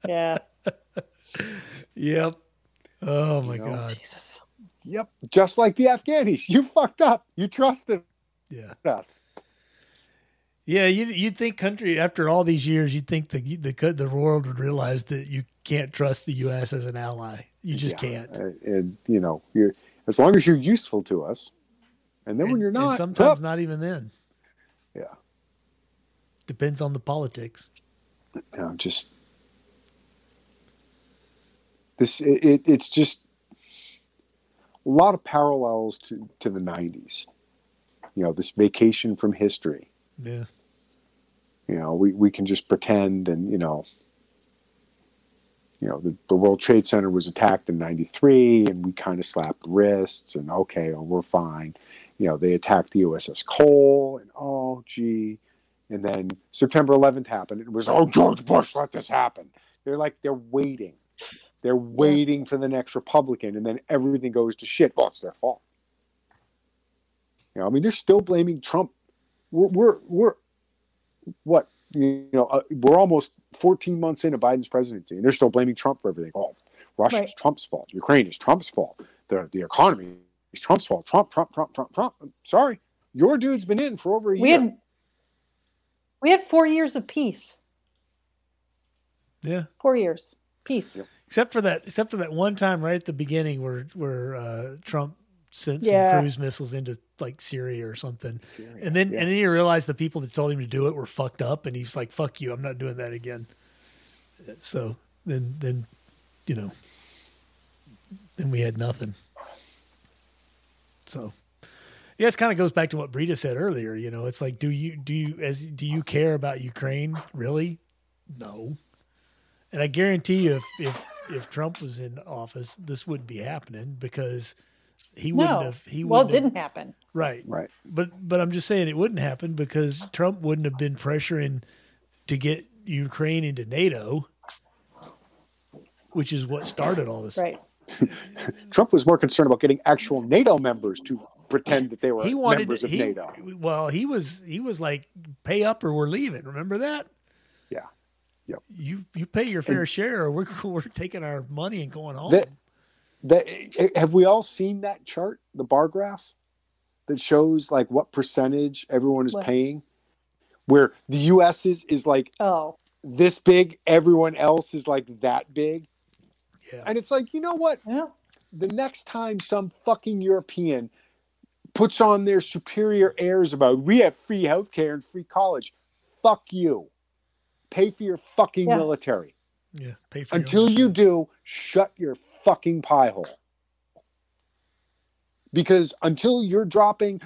Yeah.
Yep. Oh my
know?
god.
Jesus.
Yep, just like the Afghanis. You fucked up. You trusted
Yeah.
us.
Yeah. You you'd think country after all these years, you'd think the the co- the world would realize that you can't trust the U.S. as an ally. You just
Yeah,
can't.
And, and, you know, you're, as long as you're useful to us, and then when
And-
you're
and
not,
sometimes
huh,
not even then.
Yeah.
Depends on the politics.
oh, no, just this. It, it, it's just a lot of parallels to to the '90s. You know, this vacation from history.
Yeah.
you know we, we can just pretend and you know you know the, the world trade center was attacked in 93 and we kind of slapped wrists and okay oh, we're fine you know they attacked the uss cole and oh gee and then september 11th happened it was oh george bush let this happen they're like they're waiting they're waiting for the next republican and then everything goes to shit well it's their fault you know i mean they're still blaming trump we're we're, we're what you know uh, we're almost 14 months into biden's presidency and they're still blaming trump for everything oh russia's
Right.
trump's fault ukraine is trump's fault the, the economy is trump's fault trump trump trump trump trump sorry your dude's been in for over a
We
year
had we had four years of peace.
Yeah.
Four years. Peace.
Yep.
except for that except for that one time right at the beginning where where uh trump sent some
Yeah.
cruise missiles into like syria or something
Syria,
and then
yeah.
and then you realize the people that told him to do it were fucked up and he's like fuck you i'm not doing that again so then then you know then we had nothing so yeah, it kind of goes back to what Brita said earlier. You know, it's like, do you do you as do you care about Ukraine really? No. And I guarantee you, if if, if Trump was in office, this wouldn't be happening because he wouldn't
No.
have. He
well, it
wouldn't have-
didn't happen.
right.
right
But but I'm just saying it wouldn't happen because Trump wouldn't have been pressuring to get Ukraine into NATO, which is what started all this.
Right.
Trump was more concerned about getting actual NATO members to pretend that they were
He wanted
members of
he,
NATO.
Well, he was he was like pay up or we're leaving. Remember that?
Yeah. Yep.
You you pay your fair share or we're we're taking our money and going home.
That, that eh, have we all seen that chart, the bar graph, that shows like what percentage everyone is
What?
paying? Where the U.S. is is like
Oh.
this big, everyone else is like that big,
yeah.
and it's like you know what?
Yeah.
The next time some fucking European puts on their superior airs about we have free healthcare and free college, fuck you, pay for your fucking
Yeah.
military.
yeah. Pay for your
Until
own
you
shit.
do, shut your fucking pie hole. because until you're dropping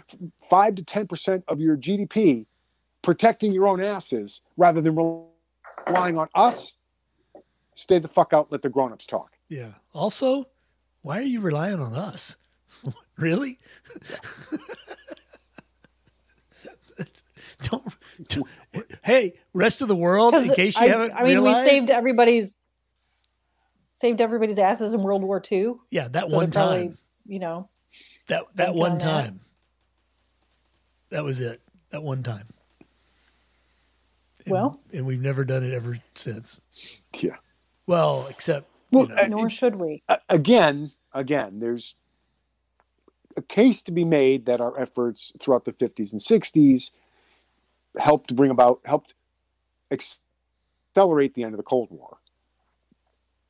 five to ten percent of your GDP protecting your own asses rather than relying on us, stay the fuck out. And let the grown-ups talk.
Yeah. Also, why are you relying on us? really? don't, don't- Hey, rest of the world. In
Because
case you
I,
haven't
I mean,
realized,
we saved everybody's saved everybody's asses in World War II.
yeah, that
so they're
one time.
probably, you know,
that that
think
one
on that.
time. That. was it. That one time. And-
Well.
and we've never done it ever since.
Yeah.
Well, except
Well,
you know,
uh,
nor should we.
a- again, again, there's a case to be made that our efforts throughout the 50s and 60s helped bring about, helped ex- accelerate the end of the Cold War.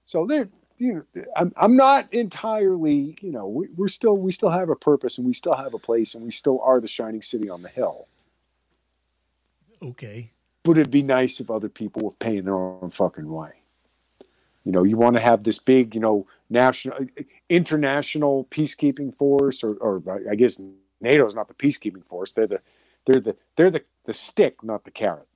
So there, you know, I'm, I'm not entirely, you know, we, we're still, we still have a purpose and we still have a place and we still are the shining city on the hill.
okay.
But it'd be nice if other people were paying their own fucking way. You know, you want to have this big, you know, national, uh, international peacekeeping force, or, or I- I guess NATO's not the peacekeeping force. They're the, they're the, they're the, the stick, not the carrot.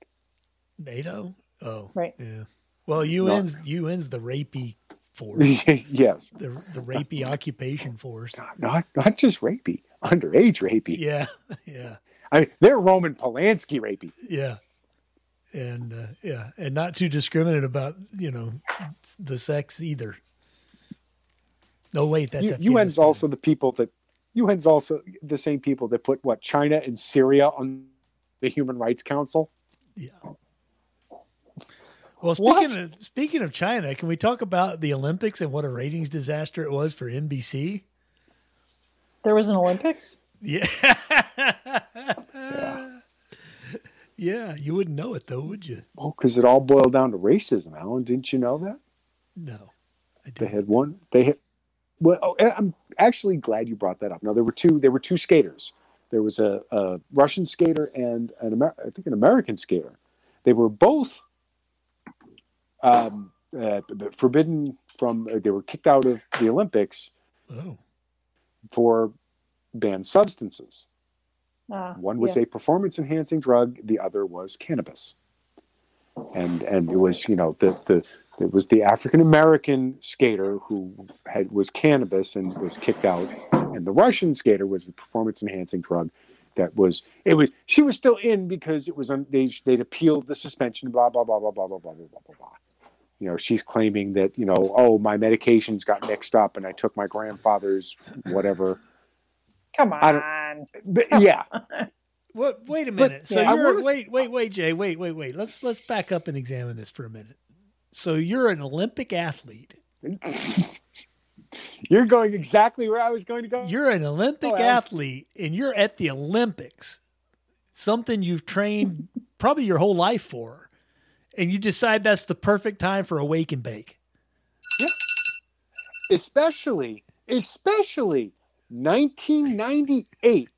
NATO. Oh,
Right.
Yeah. Well, UN's UN's the rapey force,
yes,
the the rapey occupation force.
not not just rapey, underage rapey.
Yeah, yeah,
I mean, they're Roman Polanski rapey.
yeah, and uh, yeah, and not too discriminate about you know the sex either. No, wait, that's
U- UN's
Afghanistan.
also the people that UN's also the same people that put what China and Syria on the Human Rights Council.
Yeah. Well,
What?
speaking of, speaking of China, can we talk about the Olympics and what a ratings disaster it was for NBC?
There was an Olympics.
Yeah. yeah. you wouldn't know it though, would you?
Oh, because it all boiled down to racism, Alan. Didn't you know that
No. I
they
didn't.
had one? They had. Well, oh, and I'm actually glad you brought that up. No, there were two. There were two skaters. There was a, a Russian skater and an Amer- I think an American skater. They were both um, uh, forbidden from. Uh, they were kicked out of the Olympics
Oh.
for banned substances.
Uh,
One was
yeah.
a performance enhancing drug, the other was cannabis. And and it was, you know, the the it was the African American skater who had was cannabis and was kicked out, and the Russian skater was the performance enhancing drug that was it was she was still in because it was on they they'd appealed the suspension, blah blah blah blah blah blah blah blah blah blah blah. You know, she's claiming that, you know, oh, my medications got mixed up and I took my grandfather's whatever.
Come
I don't-
on.
But, yeah.
What wait a
But-
minute. so
yeah, I
you're
wanna-
wait, wait, wait, Jay, wait, wait, wait. Let's let's back up and examine this for a minute. So you're an Olympic athlete.
You're going exactly where I was going to go.
You're an Olympic
Oh, Al.
athlete and you're at the Olympics, something you've trained probably your whole life for, and you decide that's the perfect time for a wake and bake.
especially especially 1998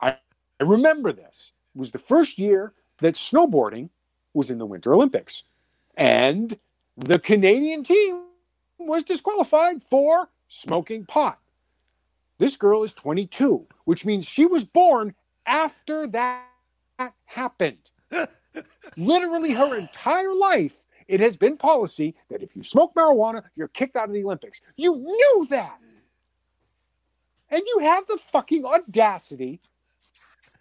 I, I remember this It was the first year that snowboarding was in the winter olympics and the canadian team was disqualified for smoking pot this girl is 22 which means she was born after that happened literally her entire life it has been policy that if you smoke marijuana, you're kicked out of the Olympics. You knew that. And you have the fucking audacity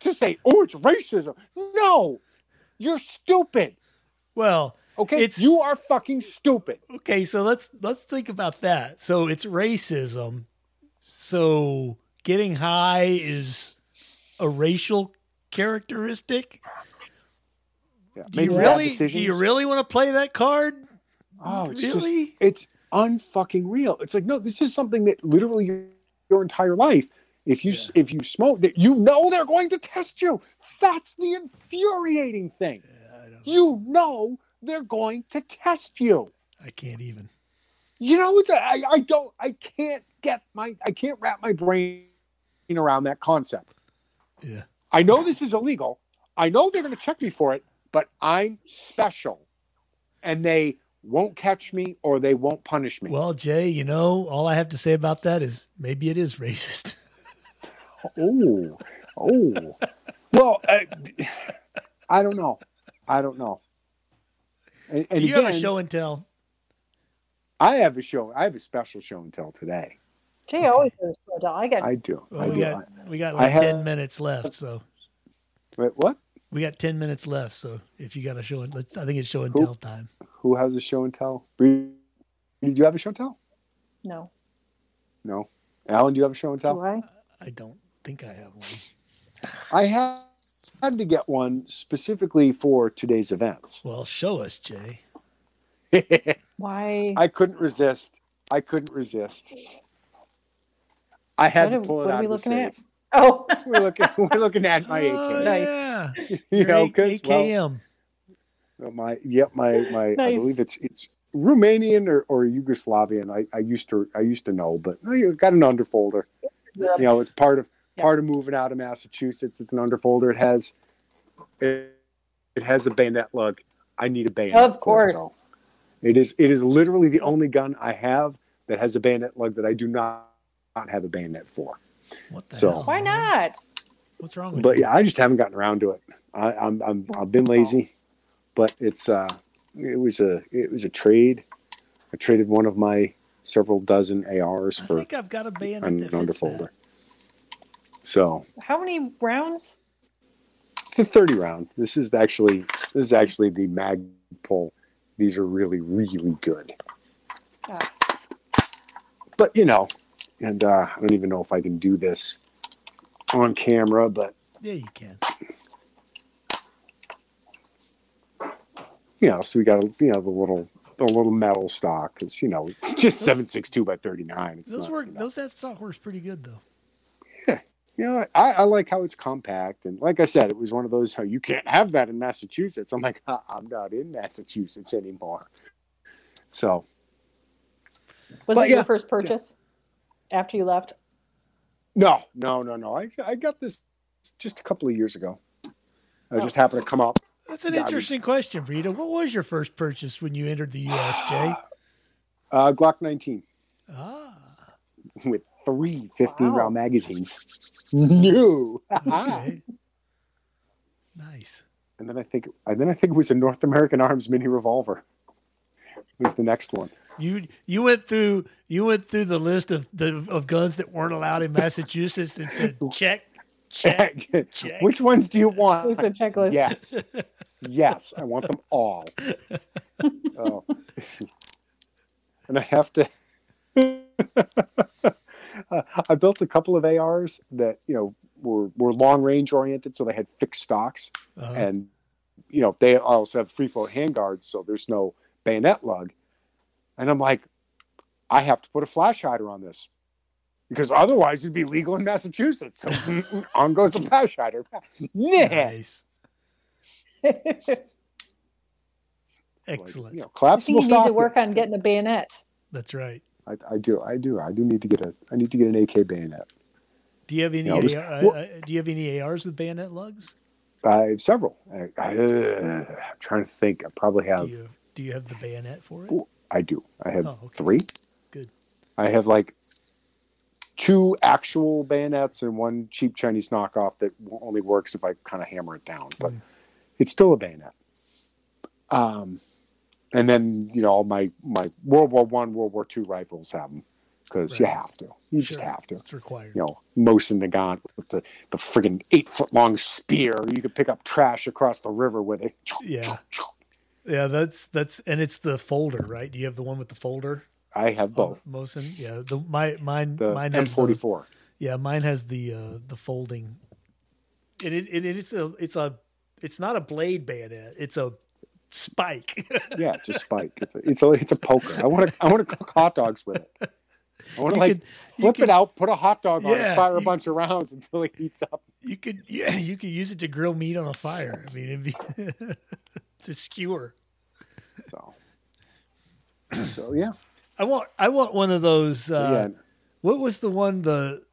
to say, oh, it's racism. No, you're stupid.
Well,
Okay.
It's-
you are fucking stupid.
okay, so let's let's think about that. So it's racism. So getting high is a racial characteristic.
Yeah,
Do you
making bad
really do
decisions.
you really want to play that card?
Oh, it's just
really?
it's unfucking real. It's like no, this is something that literally your, your entire life. If you s if you smoke, that you know they're going to test you. That's the infuriating thing.
Yeah, I, don't,
You know they're going to test you.
I can't even.
You know, it's I, I don't I can't get my I can't wrap my brain around that concept.
Yeah.
I know this is illegal. I know they're going to check me for it, but I'm special, and they won't catch me or they won't punish me.
Well, Jay, you know, all I have to say about that is maybe it is racist.
oh, oh. Well, I, I don't know. I don't know. And, and
Do you
again,
have a show and tell?
I have a show. I have a special show and tell today.
Jay always does pro doll. I got
I do.
Well,
I
we
do.
got we got
I
like ten
have-
minutes left, so
Wait, what?
we got ten minutes left. So if you got a show, and let's I think it's show and
Who?
tell time.
Who has a show and tell? Bree, Did you have a show and tell?
no.
No. Alan, do you have a show and tell?
Do I?
I don't think I have one.
I had, had to get one specifically for today's events.
Well, show us, Jay.
Why?
I couldn't resist. I couldn't resist. I had
What
to
are-
pull it
what are
out
we
of the
looking
safe.
at? oh,
We're looking. We're looking at my
Oh,
AK.
Nice.
yeah.
You
Your
know,
A-
because well,
AKM.
my yep, my my. I
Nice.
believe it's it's Romanian or, or Yugoslavian. I, I used to I used to know, but I got an underfolder. You know, it's part of
Yeah.
part of moving out of Massachusetts. It's an underfolder. It has it, it has a bayonet lug. I need a bayonet.
Of
for it,
course.
though. It is it is literally the only gun I have that has a bayonet lug that I do not, not have a bayonet for.
What the
So-
hell,
why
man?
not?
What's wrong with
But
you?
yeah, I just haven't gotten around to it. I, I'm I'm I've been lazy, but it's uh it was a it was a trade. I traded one of my several dozen ARs
I
for an
think I've got a bayonet that fits
underfolder.
that.
So
How many rounds?
the 30 round this is actually this is actually the mag pull these are really really good
Oh.
but you know and uh, i don't even know if i can do this on camera but
Yeah, you can.
you know so we got a you know the little the little metal stock it's you know it's just 762 by 39 it's
Those
not,
work.
you know.
Those that stock works pretty good though.
you know, I, I like how it's compact. And like I said, it was one of those how you can't have that in Massachusetts. I'm like, "Ah, I'm not in Massachusetts anymore. So
Was
But
it
yeah.
your first purchase after you left?
no, no, no, no. I, I got this just a couple of years ago. I just
Oh.
happened to come up.
That's an
Yeah, I was-
interesting question, Rita. What was your first purchase when you entered the U.S., Jay?
Uh, Glock 19
Ah,
with three 15
Wow.
round magazines. New.
okay. nice.
and then I think and then I think it was a North American Arms mini revolver. Was the next one.
You you went through you went through the list of the of guns that weren't allowed in Massachusetts and said check check check.
Which ones do you
It was
want?
a checklist.
Yes. Yes, I want them all. oh. and I have to. Uh, I built a couple of ARs that you know were were long range oriented, so they had fixed stocks,
Uh,
and you know they also have free float handguards, so there's no bayonet lug. And I'm like, I have to put a flash hider on this because otherwise it'd be legal in Massachusetts. So on goes the flash hider. Yeah.
nice.
Like,
Excellent.
you know,
I think
collapsible
you need
stock.
to work on getting a bayonet.
That's right.
I, I do. I do. I do need to get a. I need to get an AK bayonet.
Do you have any
You know, just-
AR,
well-
uh, do you have any ARs with bayonet lugs?
I have several. I, I, uh, I'm trying to think. I probably
Do
have.
you do you have the bayonet for it?
Ooh, I do. I have
Oh, okay.
three.
Good.
I have like two actual bayonets and one cheap Chinese knockoff that w- only works if I kind of hammer it down. But
Mm.
it's still a bayonet. Um, and then you know all my my World War One, World War Two rifles have them because you
Right.
have to. You just
Sure.
have to.
It's required.
you know, Mosin Nagant with the, the friggin' eight foot long spear. You could pick up trash across the river with it.
Yeah. Yeah, that's that's and it's the folder, right? Do you have the one with the folder?
I have
on
both.
the Mosin. Yeah, the my mine
The
Oh, mine has the,
M44.
yeah mine has the uh the folding. And it, it it's a it's a it's not a blade bayonet. It's a spike.
Yeah, just spike. It's a, it's a, it's a poker. I want to I want to cook hot dogs with it. I want to
You
like
could- you
flip
could-
it out, put a hot dog on
Yeah,
it, fire
you-
a bunch of rounds until it heats up.
you could yeah you could use it to grill meat on a fire. I mean, it'd be it's a skewer.
So, so yeah,
I want I want one of those.
So,
Uh,
yeah.
What was the one the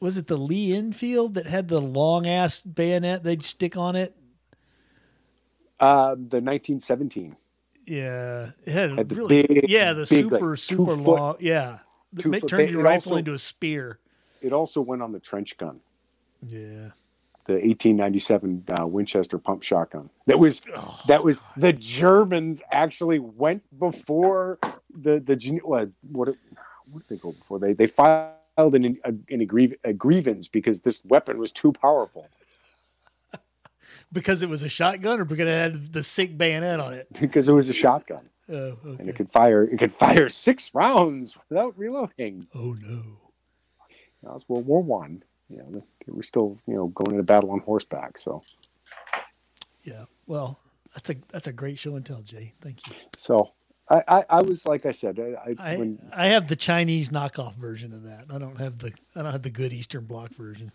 was it the Lee Enfield that had the long ass bayonet they'd stick on it?
Uh, the 1917.
Yeah, it had,
Had the
really
big-
yeah the
big, like,
super
two
super
foot-
long yeah.
two
It
foot
turned
ba-
your
it
rifle
also-
into a spear.
It also went on the trench gun.
Yeah.
the 1897 uh, Winchester pump shotgun. That was
Oh,
that was
God.
the Germans actually went before the the Gen- what what did they go before they they filed an a, an a, griev- a grievance because this weapon was too powerful
because it was a shotgun or because it had the sick bayonet on it.
because it was a shotgun
Oh,
and
okay.
it could fire it could fire six rounds without reloading.
oh no.
That was World War One. Yeah, they they were still you know going into battle on horseback. So
Yeah. Well, that's a that's a great show and tell, Jay. Thank you.
so I I, I was like I said I, I,
I
when
I have the Chinese knockoff version of that. I don't have the I don't have the good Eastern Bloc version.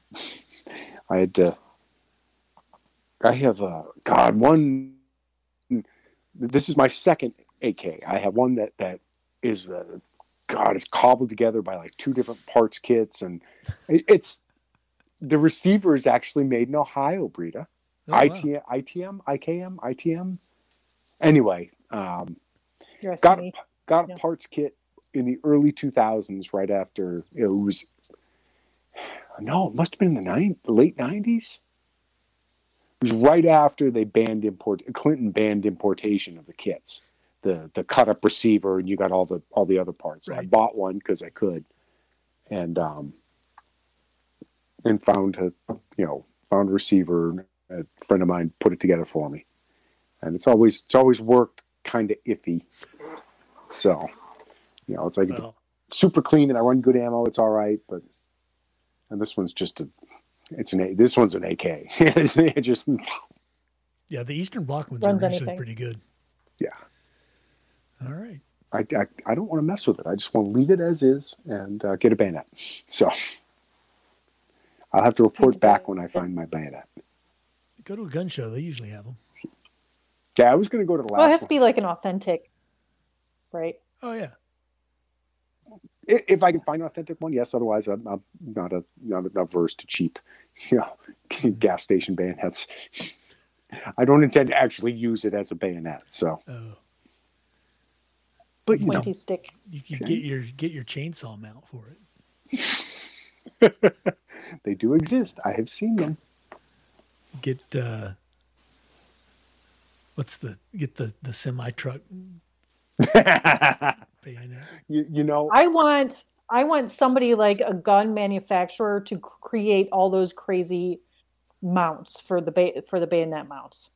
I had to. I have a God one. This is my second AK. I have one that that is uh God. It's cobbled together by like two different parts kits, and it, it's the receiver is actually made in Ohio, Brita.
Oh, wow.
ITM, ITM, IKM, ITM. Anyway, um,
You're asking
got a,
me.
p- got a
Yeah.
parts kit in the early 2000s right after it was no it must have been in the nine, late 90s it was right after they banned import clinton banned importation of the kits the the cut up receiver and you got all the all the other parts so i
Right.
bought one because i could and um and found a you know found a receiver a friend of mine put it together for me and it's always it's always worked kind of iffy so you know it's like
Well,
super clean and i run good ammo it's all right but and this one's just a it's an A- this one's an ak it just
yeah, the Eastern Bloc ones
Runs
are usually
anything.
pretty good.
Yeah.
All right.
I, I, I don't want to mess with it. I just want to leave it as is and uh, get a bayonet. So I'll have to report back when I find my bayonet.
Go to a gun show. They usually have them.
Yeah, I was going to go to the last
Well, it has to
one.
be like an authentic, right?
Oh yeah.
I- if I can find an authentic one, yes. Otherwise, I'm, I'm not a not averse to cheap, you know, gas station bayonets. I don't intend to actually use it as a bayonet. So,
Oh,
but you know,
Pointy stick.
you can
Okay.
get your get your chainsaw mount for it.
they do exist. I have seen them.
Get uh, what's the get the the semi truck bayonet?
You, you know,
I want I want somebody like a gun manufacturer to c- create all those crazy mounts for the ba- for the bayonet mounts.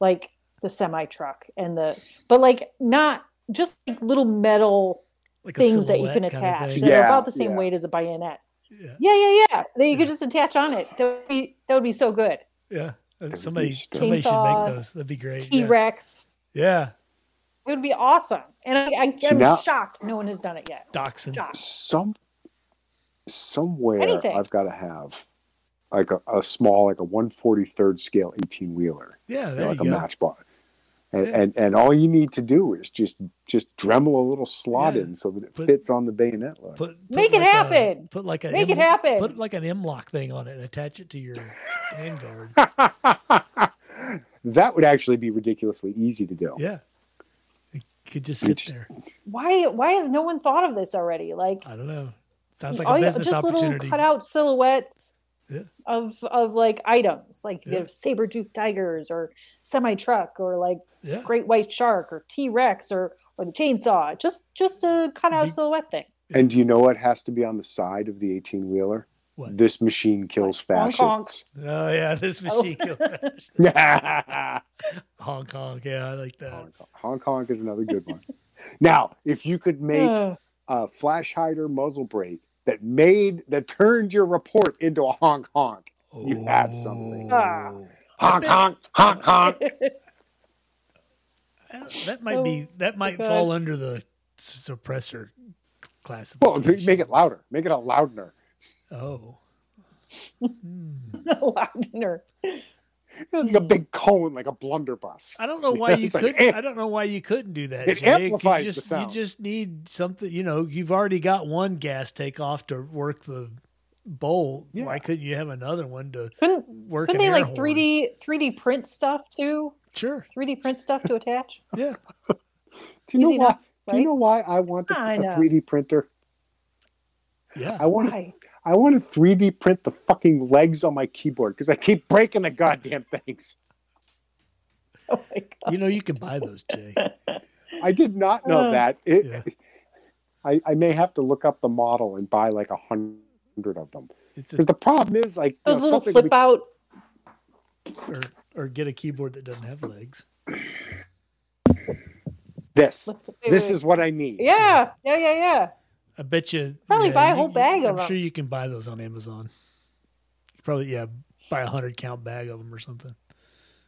Like the semi truck and the but like not just like little metal
Like a
things that you
silhouette
can
kinda
attach
thing.
that are
Yeah,
about the same
yeah.
weight as a bayonet.
Yeah.
Yeah, yeah, yeah. That you
Yeah.
could just attach on it. That would be that would be so good.
Yeah. Uh,
would be
Somebody,
stunning.
somebody should
Chainsaw,
make those. That'd be great.
T Rex.
Yeah. yeah.
It would be awesome. And I, I,
See,
I'm
now-
shocked no one has done it yet.
Dachshund.
Shocked.
some somewhere
Anything.
I've got to have like a, a small, like a one forty third scale eighteen wheeler,
Yeah. There
like a
you go.
matchbox. And,
Yeah.
and and all you need to do is just just Dremel a little slot
Yeah.
in so that it
Put-
fits on the bayonet lock.
Put, put
Make it
like a-
happen.
put like a
Make it
M-
happen.
Put like an M lock thing on it and attach it to your handguard.
that would actually be ridiculously easy to do.
Yeah. It could just
You
sit
just-
there.
Why why has no one thought of this already? Like
I don't know. Sounds Uh, like
Oh,
a
yeah,
business
just little
opportunity.
cutout silhouettes
Yeah.
of of like items, like you
Yeah.
have saber toothed tigers or semi truck or like
Yeah.
great white shark or T Rex or or the chainsaw. Just just a cutout
Big-
silhouette thing.
And do you know what has to be on the side of the eighteen wheeler?
What?
This machine kills
Honk, honk.
fascists.
Oh yeah, this
Oh.
machine killed Hong Kong. Yeah, I like that.
Hong Kong. Hong Kong is another good one. now, if you could make
Ugh.
a flash hider muzzle brake that made that turned your report into a honk honk, You have
Oh.
something.
Ah.
honk honk honk honk.
Uh, That might be that might
Oh God.
fall under the suppressor classification.
Well, make it louder. Make it a loudener.
Oh. Hmm.
Loudener.
It's like a big cone, like a blunderbuss.
I don't know why you
It's like,
couldn't.
eh.
I don't know why you couldn't do that.
It
Jay. 'cause
amplifies
you
the
just,
sound.
You just need something. You know, you've already got one gas takeoff to work the bowl.
Yeah.
Why couldn't you have another one to
Couldn't
work?
couldn't
an
they
air
like
horn?
three D three D print stuff too?
Sure.
Three D print stuff to attach?
Yeah.
Do you know
Easy
why?
enough,
Do you
right?
know why I want a
I know.
3D printer?
Yeah.
I want. A,
Why?
I want to 3D print the fucking legs on my keyboard because I keep breaking the goddamn things.
Oh my God.
You know, you can buy those, Jay.
I did not know
Uh,
that. It,
Yeah.
I, I may have to look up the model and buy like a hundred of them
It's
because
a,
the problem is like you
Those
know,
little
something
flip
we-
out.
or, or get a keyboard that doesn't have legs.
This
What's the-
this is what I need.
Yeah, yeah, yeah, yeah.
I bet you
Probably
yeah,
buy a
you-
whole bag
you-
of
I'm sure
them.
you can buy those on Amazon. You probably yeah, buy a hundred count bag of them or something,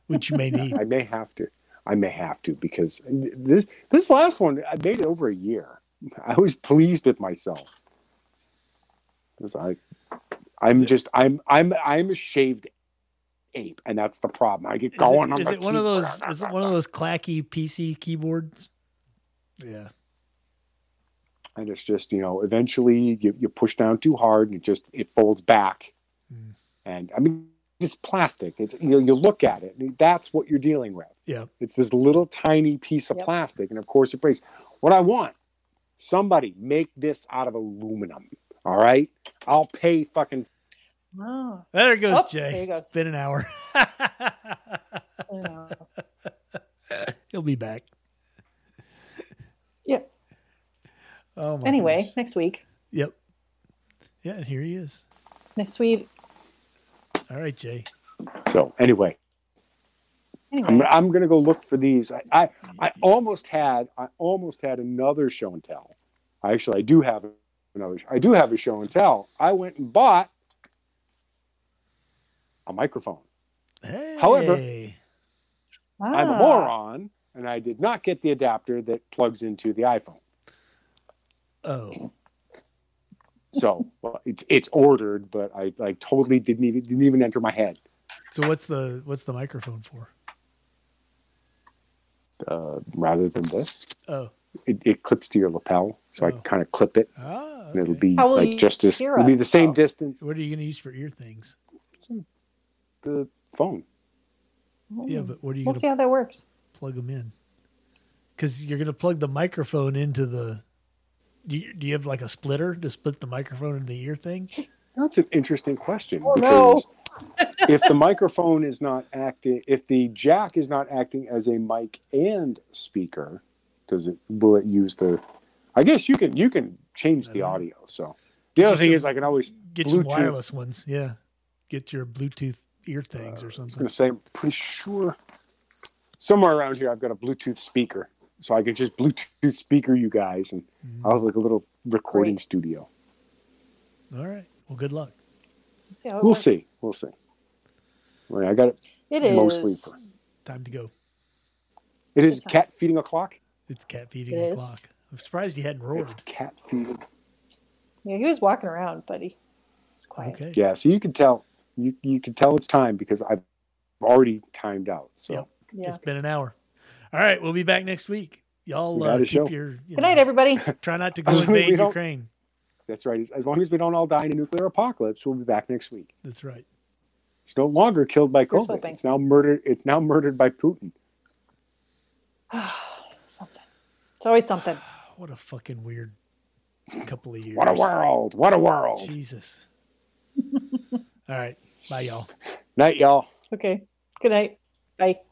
which you may need.
I may have to. I may have to because this this last one I made it over a year. I was pleased with myself. 'Cause I, I'm just I'm I'm I'm a shaved ape, and that's the problem. I get
Is it-
going. on
is
the
it one of
keyboard.
those? Is it one of those clacky PC keyboards? Yeah,
and it's just you know eventually you, you push down too hard and it just it folds back
Mm.
and i mean it's plastic it's you know you look at it and that's what you're dealing with
Yep.
it's this little tiny piece of
Yep.
plastic and of course it breaks what i want somebody make this out of aluminum all right i'll pay fucking
Wow.
there it goes,
Oh,
Jay.
there you go.
It's been an hour.
I know.
He'll be back.
Yeah.
Oh my.
anyway,
gosh.
next week.
Yep. Yeah, and here he is.
Next week.
All right, Jay.
so anyway
Anyway.
i'm, I'm gonna go look for these I, I i
Mm-hmm.
almost had i almost had another show and tell I actually i do have another i do have a show and tell i went and bought a microphone However-
Hey.
i'm a
Ah.
moron and i did not get the adapter that plugs into the iphone
Oh.
so well, it's it's ordered but i like totally didn't even didn't even enter my head
So what's the what's the microphone for?
uh, rather than this
Oh.
it, it clips to your lapel so i
Oh.
kind of clip it
Ah.
and it'll
okay.
be
How will
like
you
just as
hear
it'll be
us,
the same
though?
distance
What are you going to use for ear things?
the phone Oh,
Yeah, but what are you
we'll
going
see
to
how that works.
plug them in? Because you're going to plug the microphone into the. Do you, do you have like a splitter to split the microphone into the ear thing?
That's an interesting question.
Oh, no.
because if the microphone is not acting, if the jack is not acting as a mic and speaker, does it will it use the? I guess you can you can change the
I don't know.
audio. So the other
Just
thing
a-
is I can always
Get
Bluetooth.
some wireless ones. Yeah. Get your Bluetooth ear things or
I'm gonna
something.
say I'm pretty sure somewhere around here I've got a Bluetooth speaker, so I can just Bluetooth speaker you guys, and
Mm.
I'll have like a little recording
Great.
studio.
All right. Well, good luck.
We'll see. How it
We'll
works.
see. We'll see. I, mean, I got it
It is.
mostly. For,
Time to go.
it is
Good time.
cat feeding a clock.
It's cat feeding
It
the
is.
clock. I'm surprised you hadn't roared.
It's cat feeding.
Yeah, he was walking around, buddy. It's quiet.
Okay.
Yeah, so you can tell you you can tell it's time because I've already timed out. So
Yep.
Yeah.
It's been an hour. All right. We'll be back next week. Y'all
We
uh,
got a
keep
show.
your. You
Good
know,
night, everybody.
Try not to go
We
invade
don't-
Ukraine.
that's right. As- As long as we don't all die in a nuclear apocalypse, we'll be back next week.
That's right.
It's no longer killed by
Here's
COVID.
hoping.
It's now murdered. It's now murdered by Putin.
something. It's always something.
What a fucking weird couple of years.
What a world! What a world!
Jesus. All right. Bye, y'all.
Night, y'all.
Okay. Good night. Bye.